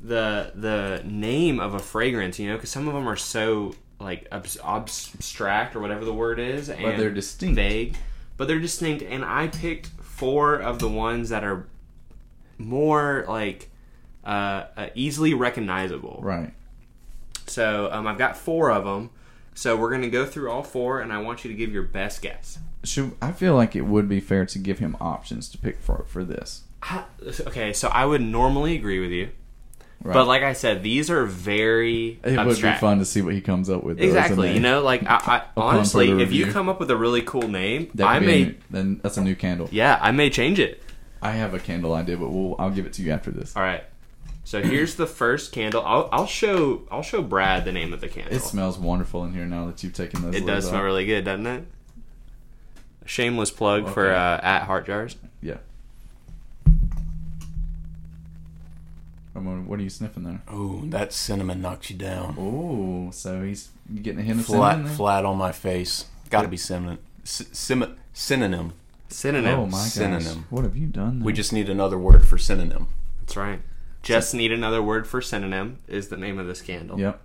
Speaker 2: the the name of a fragrance? You know, because some of them are so like abs- abstract or whatever the word is, and
Speaker 1: they're distinct.
Speaker 2: vague, but they're distinct. And I picked four of the ones that are more like uh, uh, easily recognizable.
Speaker 1: right.
Speaker 2: So um, I've got four of them. So we're gonna go through all four, and I want you to give your best guess.
Speaker 1: Should I feel like it would be fair to give him options to pick for for this?
Speaker 2: I- okay, so I would normally agree with you.
Speaker 1: Right.
Speaker 2: But like I said, these are very
Speaker 1: it would be
Speaker 2: abstract.
Speaker 1: fun to see what he comes up with. though, as a
Speaker 2: Exactly.
Speaker 1: name.
Speaker 2: You know, like I, I
Speaker 1: Upon
Speaker 2: honestly,
Speaker 1: further
Speaker 2: if you
Speaker 1: review.
Speaker 2: come up with a really cool name,
Speaker 1: That
Speaker 2: I
Speaker 1: could be
Speaker 2: may
Speaker 1: a new- then that's a new candle.
Speaker 2: yeah, I may change it.
Speaker 1: I have a candle idea, but we'll, I'll give it to you after this.
Speaker 2: All right.
Speaker 1: [CLEARS THROAT]
Speaker 2: So here's the first candle. I'll, I'll show I'll show Brad the name of the candle.
Speaker 1: It smells wonderful in here now that you've taken those. uh, lids
Speaker 2: it does smell
Speaker 1: off.
Speaker 2: really good, doesn't it? Shameless plug for
Speaker 1: Okay.
Speaker 2: uh, at Heart Jars.
Speaker 1: Yeah. Ramon, what are you sniffing there?
Speaker 3: Ooh, that cinnamon knocks you down.
Speaker 1: Oh, so he's getting a hint of cinnamon.
Speaker 3: Flat,
Speaker 1: there?
Speaker 3: flat on my face. Got to be cinnamon. S- sim- synonym.
Speaker 2: Synonym.
Speaker 1: Oh my gosh!
Speaker 3: Synonym.
Speaker 1: What have you done? There?
Speaker 3: We just need another word for synonym.
Speaker 2: That's right. Just need another word for synonym is the name of this candle.
Speaker 1: Yep.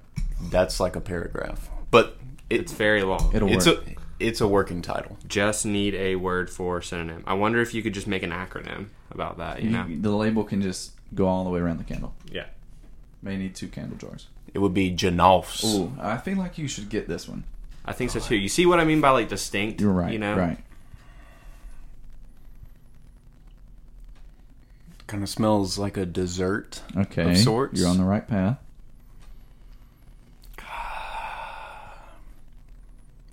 Speaker 3: That's like a paragraph, but it,
Speaker 2: It's very long.
Speaker 1: It'll
Speaker 3: it's
Speaker 1: work.
Speaker 3: a it's a working title.
Speaker 2: just need a word for synonym. I wonder if you could just make an acronym about that, you know?
Speaker 1: You- the label can just go all the way around the candle.
Speaker 2: Yeah.
Speaker 1: May need two candle jars.
Speaker 3: It would be Janolf's.
Speaker 1: Ooh, I feel like you should get this one.
Speaker 2: I think so too. You see what I mean by like distinct?
Speaker 1: You're right.
Speaker 2: You know?
Speaker 1: Right.
Speaker 3: Kind of smells like a dessert.
Speaker 1: Okay.
Speaker 3: Of sorts.
Speaker 1: You're on the right path.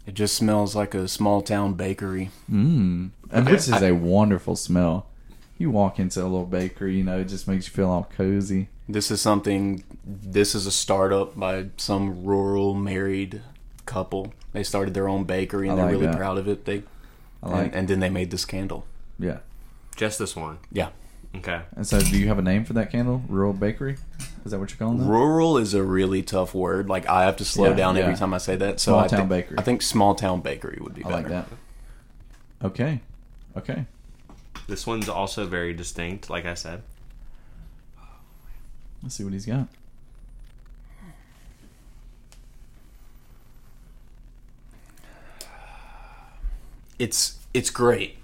Speaker 3: It just smells like a small town bakery.
Speaker 1: Mmm. And Which is a wonderful smell. You walk into a little bakery, you know, it just makes you feel all cozy.
Speaker 3: This is something. This is a startup by some rural married couple. They started their own bakery and
Speaker 1: I
Speaker 3: they're
Speaker 1: like
Speaker 3: really
Speaker 1: that.
Speaker 3: proud of it. They
Speaker 1: I like.
Speaker 3: and, and then they made this candle.
Speaker 1: yeah.
Speaker 2: Just this one.
Speaker 3: Yeah.
Speaker 2: Okay.
Speaker 1: And so, do you have a name for that candle? Rural bakery? Is that what you're calling that?
Speaker 3: Rural is a really tough word. Like I have to slow
Speaker 1: Yeah,
Speaker 3: down every
Speaker 1: yeah.
Speaker 3: time I say that. So
Speaker 1: Small
Speaker 3: I
Speaker 1: town
Speaker 3: thi-
Speaker 1: bakery.
Speaker 3: I think small town bakery would be
Speaker 1: I
Speaker 3: better.
Speaker 1: like that. Okay. Okay.
Speaker 2: This one's also very distinct, like I said.
Speaker 1: Let's see what he's got.
Speaker 3: It's it's great,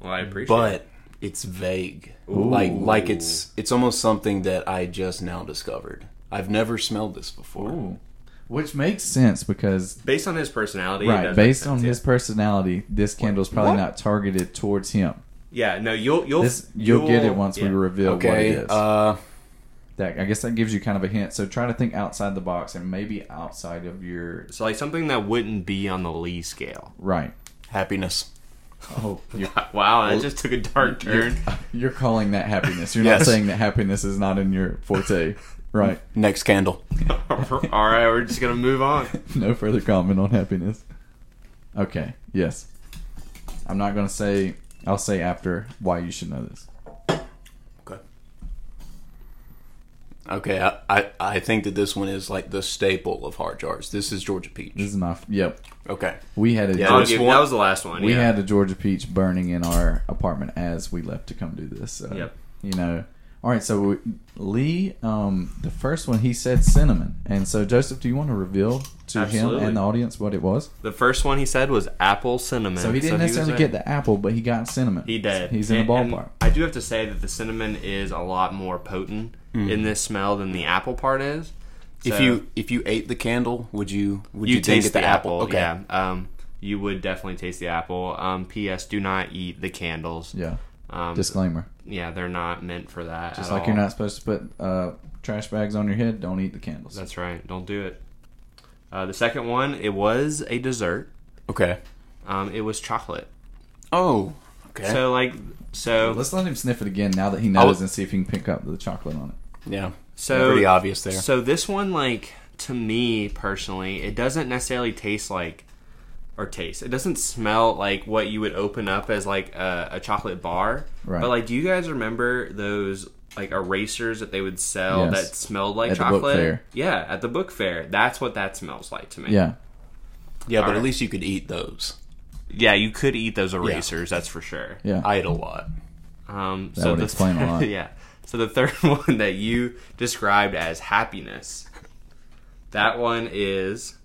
Speaker 2: Well, I appreciate it.
Speaker 3: but it's vague. Like like it's it's almost something that I just now discovered. I've never smelled this before.
Speaker 1: Ooh. Which makes sense because,
Speaker 2: Based on his personality, it
Speaker 1: right,
Speaker 2: does
Speaker 1: based
Speaker 2: make sense,
Speaker 1: on his personality, this candle's probably
Speaker 3: What?
Speaker 1: not targeted towards him.
Speaker 2: yeah. Yeah, no, you'll you'll
Speaker 1: This You'll get it once
Speaker 2: yeah.
Speaker 1: we reveal what
Speaker 3: Okay.
Speaker 1: it is.
Speaker 3: Uh
Speaker 1: that I guess that gives you kind of a hint. So try to think outside the box and maybe outside of your
Speaker 2: So like something that wouldn't be on the Lee scale.
Speaker 1: right.
Speaker 3: Happiness.
Speaker 1: Oh, you're,
Speaker 2: [LAUGHS] Wow, that just took a dark turn.
Speaker 1: you're calling that happiness. You're not
Speaker 3: Yes.
Speaker 1: saying that happiness is not in your forte, right?
Speaker 3: Next candle.
Speaker 2: [LAUGHS] All right, we're just gonna move on.
Speaker 1: [LAUGHS] no further comment on happiness. Okay. Yes. I'm not gonna say. I'll say after why you should know this.
Speaker 3: Okay. Okay, I, I, I think that this one is like the staple of heart jars. This is Georgia
Speaker 1: This
Speaker 3: Peach.
Speaker 1: is my. Yep.
Speaker 3: Okay.
Speaker 1: We had a
Speaker 3: Yeah,
Speaker 2: I'll
Speaker 1: Georgia,
Speaker 3: just
Speaker 2: give-
Speaker 3: one-
Speaker 2: that was the last one.
Speaker 1: we
Speaker 2: yeah.
Speaker 1: had a Georgia peach burning in our apartment as we left to come do this. So,
Speaker 2: Yep.
Speaker 1: You know. All right. So we, Lee, um, the first one he said cinnamon, and so Joseph, do you want to reveal to
Speaker 2: Absolutely.
Speaker 1: him and the audience what it was?
Speaker 2: the first one he said was apple cinnamon.
Speaker 1: So he didn't
Speaker 2: was
Speaker 1: necessarily
Speaker 2: there.
Speaker 1: get the apple, but he got cinnamon.
Speaker 2: He did.
Speaker 1: He's in the
Speaker 2: And- and
Speaker 1: ballpark.
Speaker 2: I do have to say that the cinnamon is a lot more potent
Speaker 1: Mm-hmm.
Speaker 2: in this smell than the apple part is.
Speaker 3: If
Speaker 2: So-
Speaker 3: you if you ate the candle, would you would
Speaker 2: you,
Speaker 3: you,
Speaker 2: taste
Speaker 3: think
Speaker 2: the,
Speaker 3: at
Speaker 2: apple, yeah. Um, you would definitely taste the apple. Um, P.S. Do not eat the candles.
Speaker 1: Yeah.
Speaker 2: Um,
Speaker 1: Disclaimer.
Speaker 2: yeah, they're not meant for that.
Speaker 1: Just
Speaker 2: at
Speaker 1: like
Speaker 2: all.
Speaker 1: you're not supposed to put uh, trash bags on your head, don't eat the candles.
Speaker 2: That's right. Don't do it. Uh, the second one, it was a dessert.
Speaker 3: Okay.
Speaker 2: Um, it was chocolate.
Speaker 3: Oh. Okay.
Speaker 2: So like, so
Speaker 1: Let's let him sniff it again now that he
Speaker 3: I'll-
Speaker 1: knows and see if he can pick up the chocolate on it.
Speaker 3: yeah.
Speaker 2: so
Speaker 3: pretty obvious there.
Speaker 2: So this one, like to me personally, it doesn't necessarily taste like or taste. It doesn't smell like what you would open up as like a, a chocolate bar.
Speaker 1: Right.
Speaker 2: But like, do you guys remember those like erasers that they would sell
Speaker 1: Yes.
Speaker 2: that smelled like
Speaker 1: At the book
Speaker 2: chocolate?
Speaker 1: fair.
Speaker 2: Yeah, at the book fair. That's what that smells like to me.
Speaker 1: Yeah.
Speaker 3: yeah, but
Speaker 2: Alright.
Speaker 3: at least you could eat those.
Speaker 2: Yeah, you could eat those erasers. That's for sure.
Speaker 1: Yeah.
Speaker 3: I ate a lot.
Speaker 2: Um,
Speaker 1: That
Speaker 2: so
Speaker 1: would
Speaker 2: the
Speaker 1: explain
Speaker 2: [LAUGHS]
Speaker 1: a lot.
Speaker 2: yeah. So the third [LAUGHS] one that you described as happiness, that one is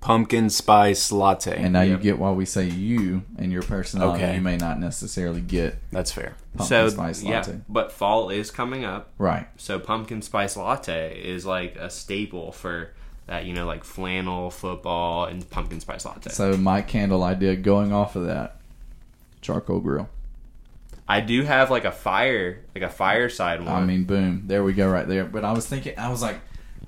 Speaker 3: Pumpkin spice latte.
Speaker 1: and uh, now you
Speaker 2: Yep.
Speaker 1: get why we say you and your personality.
Speaker 3: Okay.
Speaker 1: You may not necessarily get
Speaker 3: That's fair.
Speaker 1: pumpkin
Speaker 2: so
Speaker 1: spice
Speaker 2: yeah.
Speaker 1: latte.
Speaker 2: But fall is coming up,
Speaker 1: Right.
Speaker 2: so pumpkin spice latte is like a staple for that. You know, like flannel football and pumpkin spice latte.
Speaker 1: So my candle idea going off of that charcoal grill.
Speaker 2: I do have like a fire, like a fireside one.
Speaker 1: I mean, boom, there we go, right there. But I was thinking, I was like,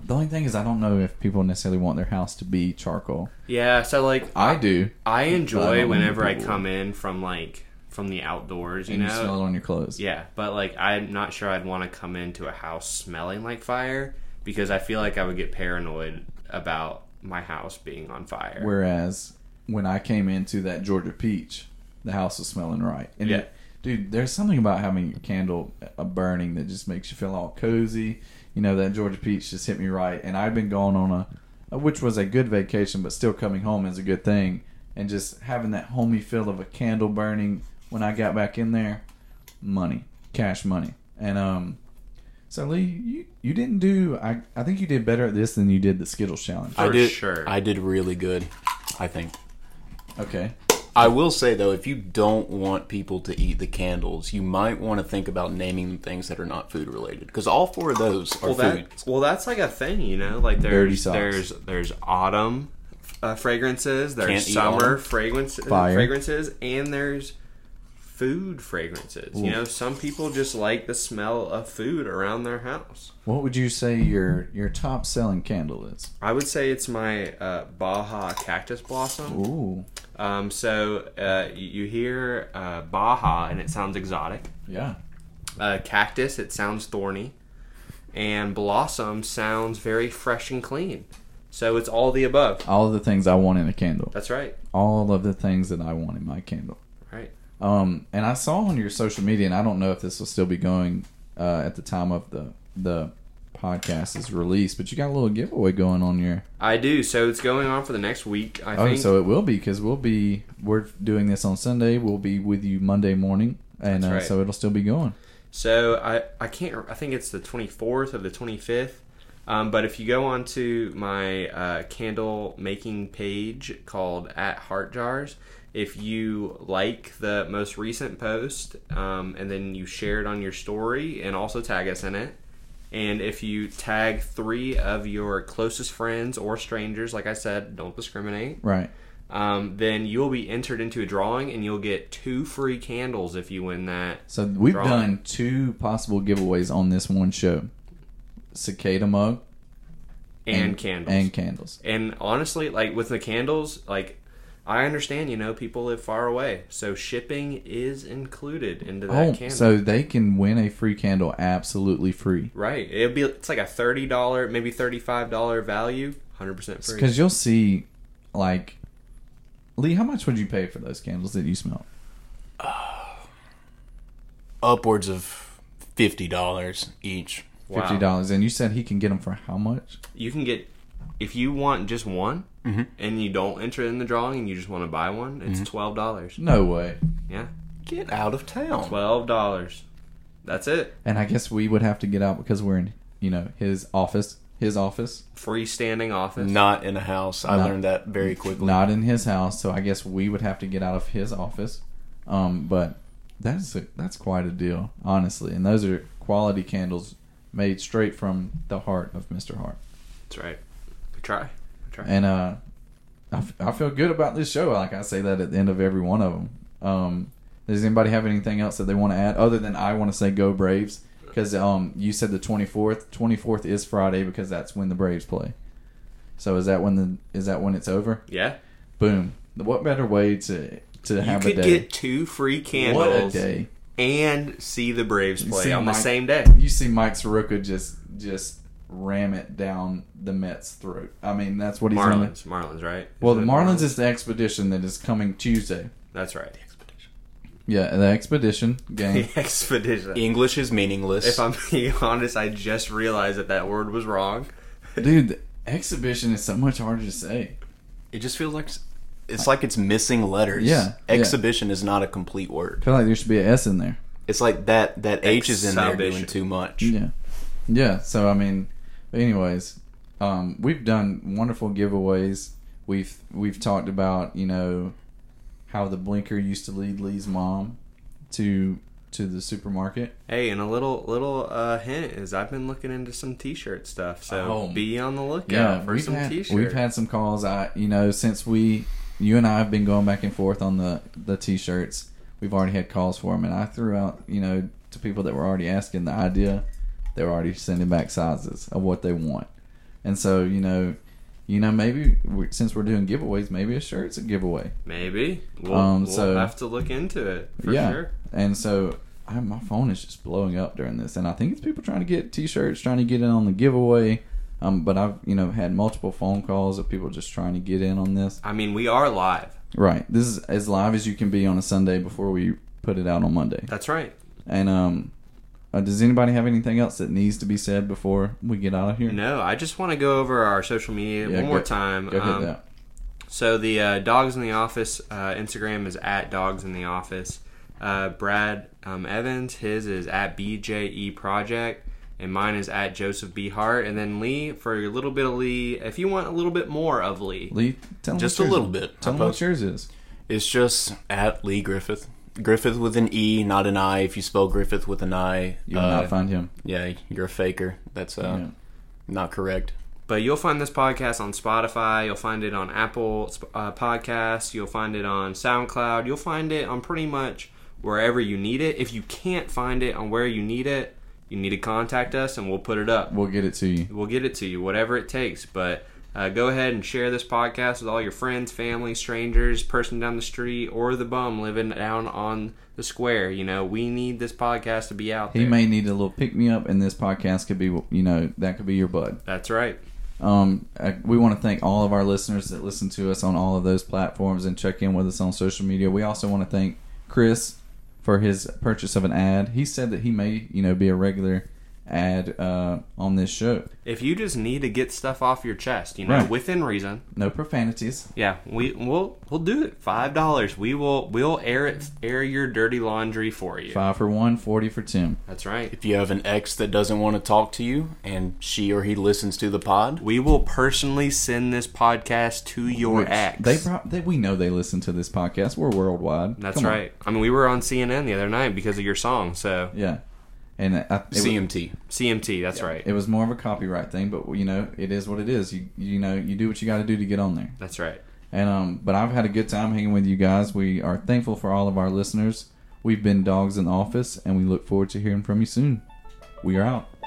Speaker 1: the only thing is, I don't know if people necessarily want their house to be charcoal.
Speaker 2: yeah. So like
Speaker 1: I do.
Speaker 2: I
Speaker 1: I
Speaker 2: enjoy
Speaker 1: don't
Speaker 2: whenever I
Speaker 1: know.
Speaker 2: come in from like from the outdoors. You
Speaker 1: And you,
Speaker 2: know,
Speaker 1: smell it on your clothes.
Speaker 2: Yeah, but like I'm not sure I'd want to come into a house smelling like fire because I feel like I would get paranoid about my house being on fire.
Speaker 1: Whereas when I came into that Georgia peach, the house was smelling right. And
Speaker 2: Yeah.
Speaker 1: it- dude, there's something about having your candle uh, burning that just makes you feel all cozy. You know, that Georgia peach just hit me right. And I've been going on a, a- which was a good vacation, but still coming home is a good thing. And just having that homey feel of a candle burning when I got back in there, money, cash money. And, um, so Lee, you, you didn't do I, I think you did better at this than you did the Skittles challenge.
Speaker 3: I
Speaker 2: For
Speaker 3: did
Speaker 2: sure.
Speaker 3: I did really good, I think.
Speaker 1: Okay.
Speaker 3: I will say though, if you don't want people to eat the candles, you might want to think about naming things that are not food related because all four of those are
Speaker 2: well,
Speaker 3: food.
Speaker 2: that, well, that's like a thing, you know. Like
Speaker 1: Dirty
Speaker 2: there's
Speaker 1: socks.
Speaker 2: there's there's autumn uh, fragrances, there's
Speaker 3: Can't eat
Speaker 2: summer
Speaker 3: autumn.
Speaker 2: fragrances, uh,
Speaker 1: Fire.
Speaker 2: fragrances, and there's food fragrances. You know, some people just like the smell of food around their house.
Speaker 1: What would you say your your top selling candle is?
Speaker 2: I would say it's my uh, Baja cactus blossom.
Speaker 1: Ooh,
Speaker 2: Um, so uh, you you hear uh, Baja and it sounds exotic.
Speaker 1: yeah.
Speaker 2: Uh, cactus, it sounds thorny. And blossom sounds very fresh and clean. So it's all the above.
Speaker 1: All of the things I want in a candle.
Speaker 2: That's right.
Speaker 1: All of the things that I want in my candle.
Speaker 2: Right.
Speaker 1: Um, and I saw on your social media, and I don't know if this will still be going uh, at the time of the the podcast is released, but you got a little giveaway going on your.
Speaker 2: I do. So it's going on for the next week. I
Speaker 1: Oh,
Speaker 2: think.
Speaker 1: so it will be because we'll be we're doing this on Sunday. We'll be with you Monday morning, and
Speaker 2: That's
Speaker 1: uh,
Speaker 2: right.
Speaker 1: so it'll still be going.
Speaker 2: So I, I can't. I think it's the twenty fourth of the twenty fifth. Um, but if you go onto my uh, candle making page called at Heart Jars, if you like the most recent post um, and then you share it on your story and also tag us in it, and if you tag three of your closest friends or strangers, like I said, don't discriminate
Speaker 1: Right.
Speaker 2: um, then you'll be entered into a drawing and you'll get two free candles if you win that.
Speaker 1: So we've
Speaker 2: Drawing.
Speaker 1: done two possible giveaways on this one show. cicada mug
Speaker 2: and, candles.
Speaker 1: and candles.
Speaker 2: And honestly, like with the candles, like I understand, you know, people live far away, so shipping is included into that
Speaker 1: Oh,
Speaker 2: candle.
Speaker 1: so they can win a free candle absolutely free.
Speaker 2: right? It'd be it's like a thirty dollar, maybe thirty five dollar value, hundred percent free.
Speaker 1: Because you'll see, like, Lee, how much would you pay for those candles that you smell?
Speaker 3: upwards of fifty dollars each.
Speaker 2: Wow.
Speaker 1: Fifty dollars, and you said he can get them for how much?
Speaker 2: You can get if you want just one,
Speaker 1: Mm-hmm.
Speaker 2: and you don't enter it in the drawing, and you just want to buy one. It's twelve dollars.
Speaker 1: No way.
Speaker 2: Yeah,
Speaker 3: Get out of town.
Speaker 2: twelve dollars. That's it.
Speaker 1: And I guess we would have to get out because we're in, you know, his office. His office,
Speaker 2: Freestanding office.
Speaker 3: Not in a house. I
Speaker 1: Not-
Speaker 3: learned that very quickly.
Speaker 1: not in his house. So I guess we would have to get out of his office. Um, but that's a, that's quite a deal, honestly. And those are quality candles made straight from the heart of Mister Hart.
Speaker 2: That's right. Good try. Good try.
Speaker 1: and uh, I, f- I feel good about this show. Like I say that at the end of every one of them. Um, does anybody have anything else that they want to add other than I want to say go Braves because um you said the twenty fourth. Twenty fourth is Friday because that's when the Braves play. So is that when the is that when it's over?
Speaker 2: yeah.
Speaker 1: Boom. What better way to to
Speaker 2: You
Speaker 1: have
Speaker 2: could
Speaker 1: a day?
Speaker 2: get two free
Speaker 1: what a
Speaker 2: candles
Speaker 1: day!
Speaker 2: and see the Braves
Speaker 1: You
Speaker 2: play
Speaker 1: see
Speaker 2: on the
Speaker 1: Mike-
Speaker 2: same day.
Speaker 1: You see Mike Soroka just just ram it down the Mets' throat. I mean that's what he's gonna-
Speaker 2: Marlins, Marlins, right?
Speaker 1: Well, the
Speaker 2: Is it
Speaker 1: Marlins is the expedition that is coming Tuesday.
Speaker 2: That's right. The expedition.
Speaker 1: Yeah, the expedition game.
Speaker 2: [LAUGHS] The expedition.
Speaker 3: English is meaningless.
Speaker 2: If I'm being [LAUGHS] honest, I just realized that that word was wrong. [LAUGHS]
Speaker 1: Dude, the exhibition is so much harder to say.
Speaker 3: it just feels like s- it's like it's missing letters.
Speaker 1: Yeah, yeah.
Speaker 3: Exhibition is not a complete word.
Speaker 1: I feel like there should be an S in there.
Speaker 3: It's like that that H is in there doing
Speaker 2: Exhibition.
Speaker 3: too much.
Speaker 1: Yeah. Yeah, so I mean, anyways, um, we've done wonderful giveaways. We've we've talked about, you know, how the blinker used to lead Lee's mom to to the supermarket.
Speaker 2: Hey, and a little little uh, hint is I've been looking into some T-shirt stuff, so
Speaker 1: Oh.
Speaker 2: be on the lookout for
Speaker 1: we've
Speaker 2: some
Speaker 1: had,
Speaker 2: T-shirts.
Speaker 1: We've had some calls. I, you know, since we, you and I have been going back and forth on the the t-shirts. We've already had calls for them, and I threw out, you know, to people that were already asking the idea. They were already sending back sizes of what they want, and so you know, you know, maybe we, since we're doing giveaways, maybe a shirt's a giveaway.
Speaker 2: Maybe we'll,
Speaker 1: Um,
Speaker 2: we'll
Speaker 1: so-
Speaker 2: have to look into it for
Speaker 1: yeah,
Speaker 2: sure.
Speaker 1: and so. I, my phone is just blowing up during this, and I think it's people trying to get T-shirts, trying to get in on the giveaway. Um, but I've you know had multiple phone calls of people just trying to get in on this.
Speaker 2: I mean, we are live.
Speaker 1: Right. This is as live as you can be on a Sunday before we put it out on Monday.
Speaker 2: That's right.
Speaker 1: And um, uh, does anybody have anything else that needs to be said before we get out of here?
Speaker 2: No, I just want to go over our social media
Speaker 1: Yeah,
Speaker 2: one
Speaker 1: go-
Speaker 2: more time.
Speaker 1: Go hit
Speaker 2: Um,
Speaker 1: that.
Speaker 2: So the uh, dogs in the office uh, Instagram is at dogs in the office. Uh, Brad um, Evans, his is at BJE Project, and mine is at Joseph B Hart. And then Lee for a little bit of Lee, if you want a little bit more of Lee,
Speaker 1: Lee, tell 'em
Speaker 3: Just
Speaker 1: what
Speaker 3: a
Speaker 1: yours-
Speaker 3: little bit.
Speaker 1: Tell
Speaker 3: I
Speaker 1: them what
Speaker 3: post-
Speaker 1: yours is.
Speaker 3: It's just at Lee Griffith. Griffith with an E, not an I. If you spell Griffith with an I,
Speaker 1: You will
Speaker 3: uh,
Speaker 1: not find him.
Speaker 3: yeah, you're a faker. That's uh,
Speaker 1: Yeah.
Speaker 3: not correct.
Speaker 2: But you'll find this podcast on Spotify. You'll find it on Apple Sp- uh, Podcasts. You'll find it on SoundCloud. You'll find it on pretty much wherever you need it. If you can't find it on where you need it, you need to contact us and we'll put it up.
Speaker 1: We'll get it to you.
Speaker 2: We'll get it to you, whatever it takes. But uh, go ahead and share this podcast with all your friends, family, strangers, person down the street, or the bum living down on the square. You know, we need this podcast to be out
Speaker 1: He
Speaker 2: there.
Speaker 1: may need a little pick me up, and this podcast could be, you know, that could be your bud.
Speaker 2: That's right.
Speaker 1: Um, I, we want to thank all of our listeners that listen to us on all of those platforms and check in with us on social media. We also want to thank Chris for his purchase of an ad. He said that he may, you know, be a regular ad uh, on this show.
Speaker 2: If you just need to get stuff off your chest, you know,
Speaker 1: Right.
Speaker 2: within reason,
Speaker 1: No profanities.
Speaker 2: yeah, we we'll we'll do it. Five dollars, we will we'll air it air your dirty laundry for you.
Speaker 1: Five for one, forty for Tim.
Speaker 2: That's right.
Speaker 3: If you have an ex that doesn't want to talk to you, and she or he listens to the pod,
Speaker 2: We will personally send this podcast to your
Speaker 1: Which
Speaker 2: ex.
Speaker 1: They, prob- they we know they listen to this podcast. We're worldwide.
Speaker 2: That's
Speaker 1: Come on.
Speaker 2: right. I mean, we were on CNN the other night because of your song. So
Speaker 1: Yeah, and uh, I, it, was,
Speaker 3: CMT.
Speaker 2: CMT, that's right.
Speaker 1: it was more of a copyright thing, but you know, it is what it is. You you know, you do what you got to do to get on there.
Speaker 2: That's right.
Speaker 1: And um, but I've had a good time hanging with you guys. We are thankful for all of our listeners. We've been dogs in the office, and we look forward to hearing from you soon. We are out.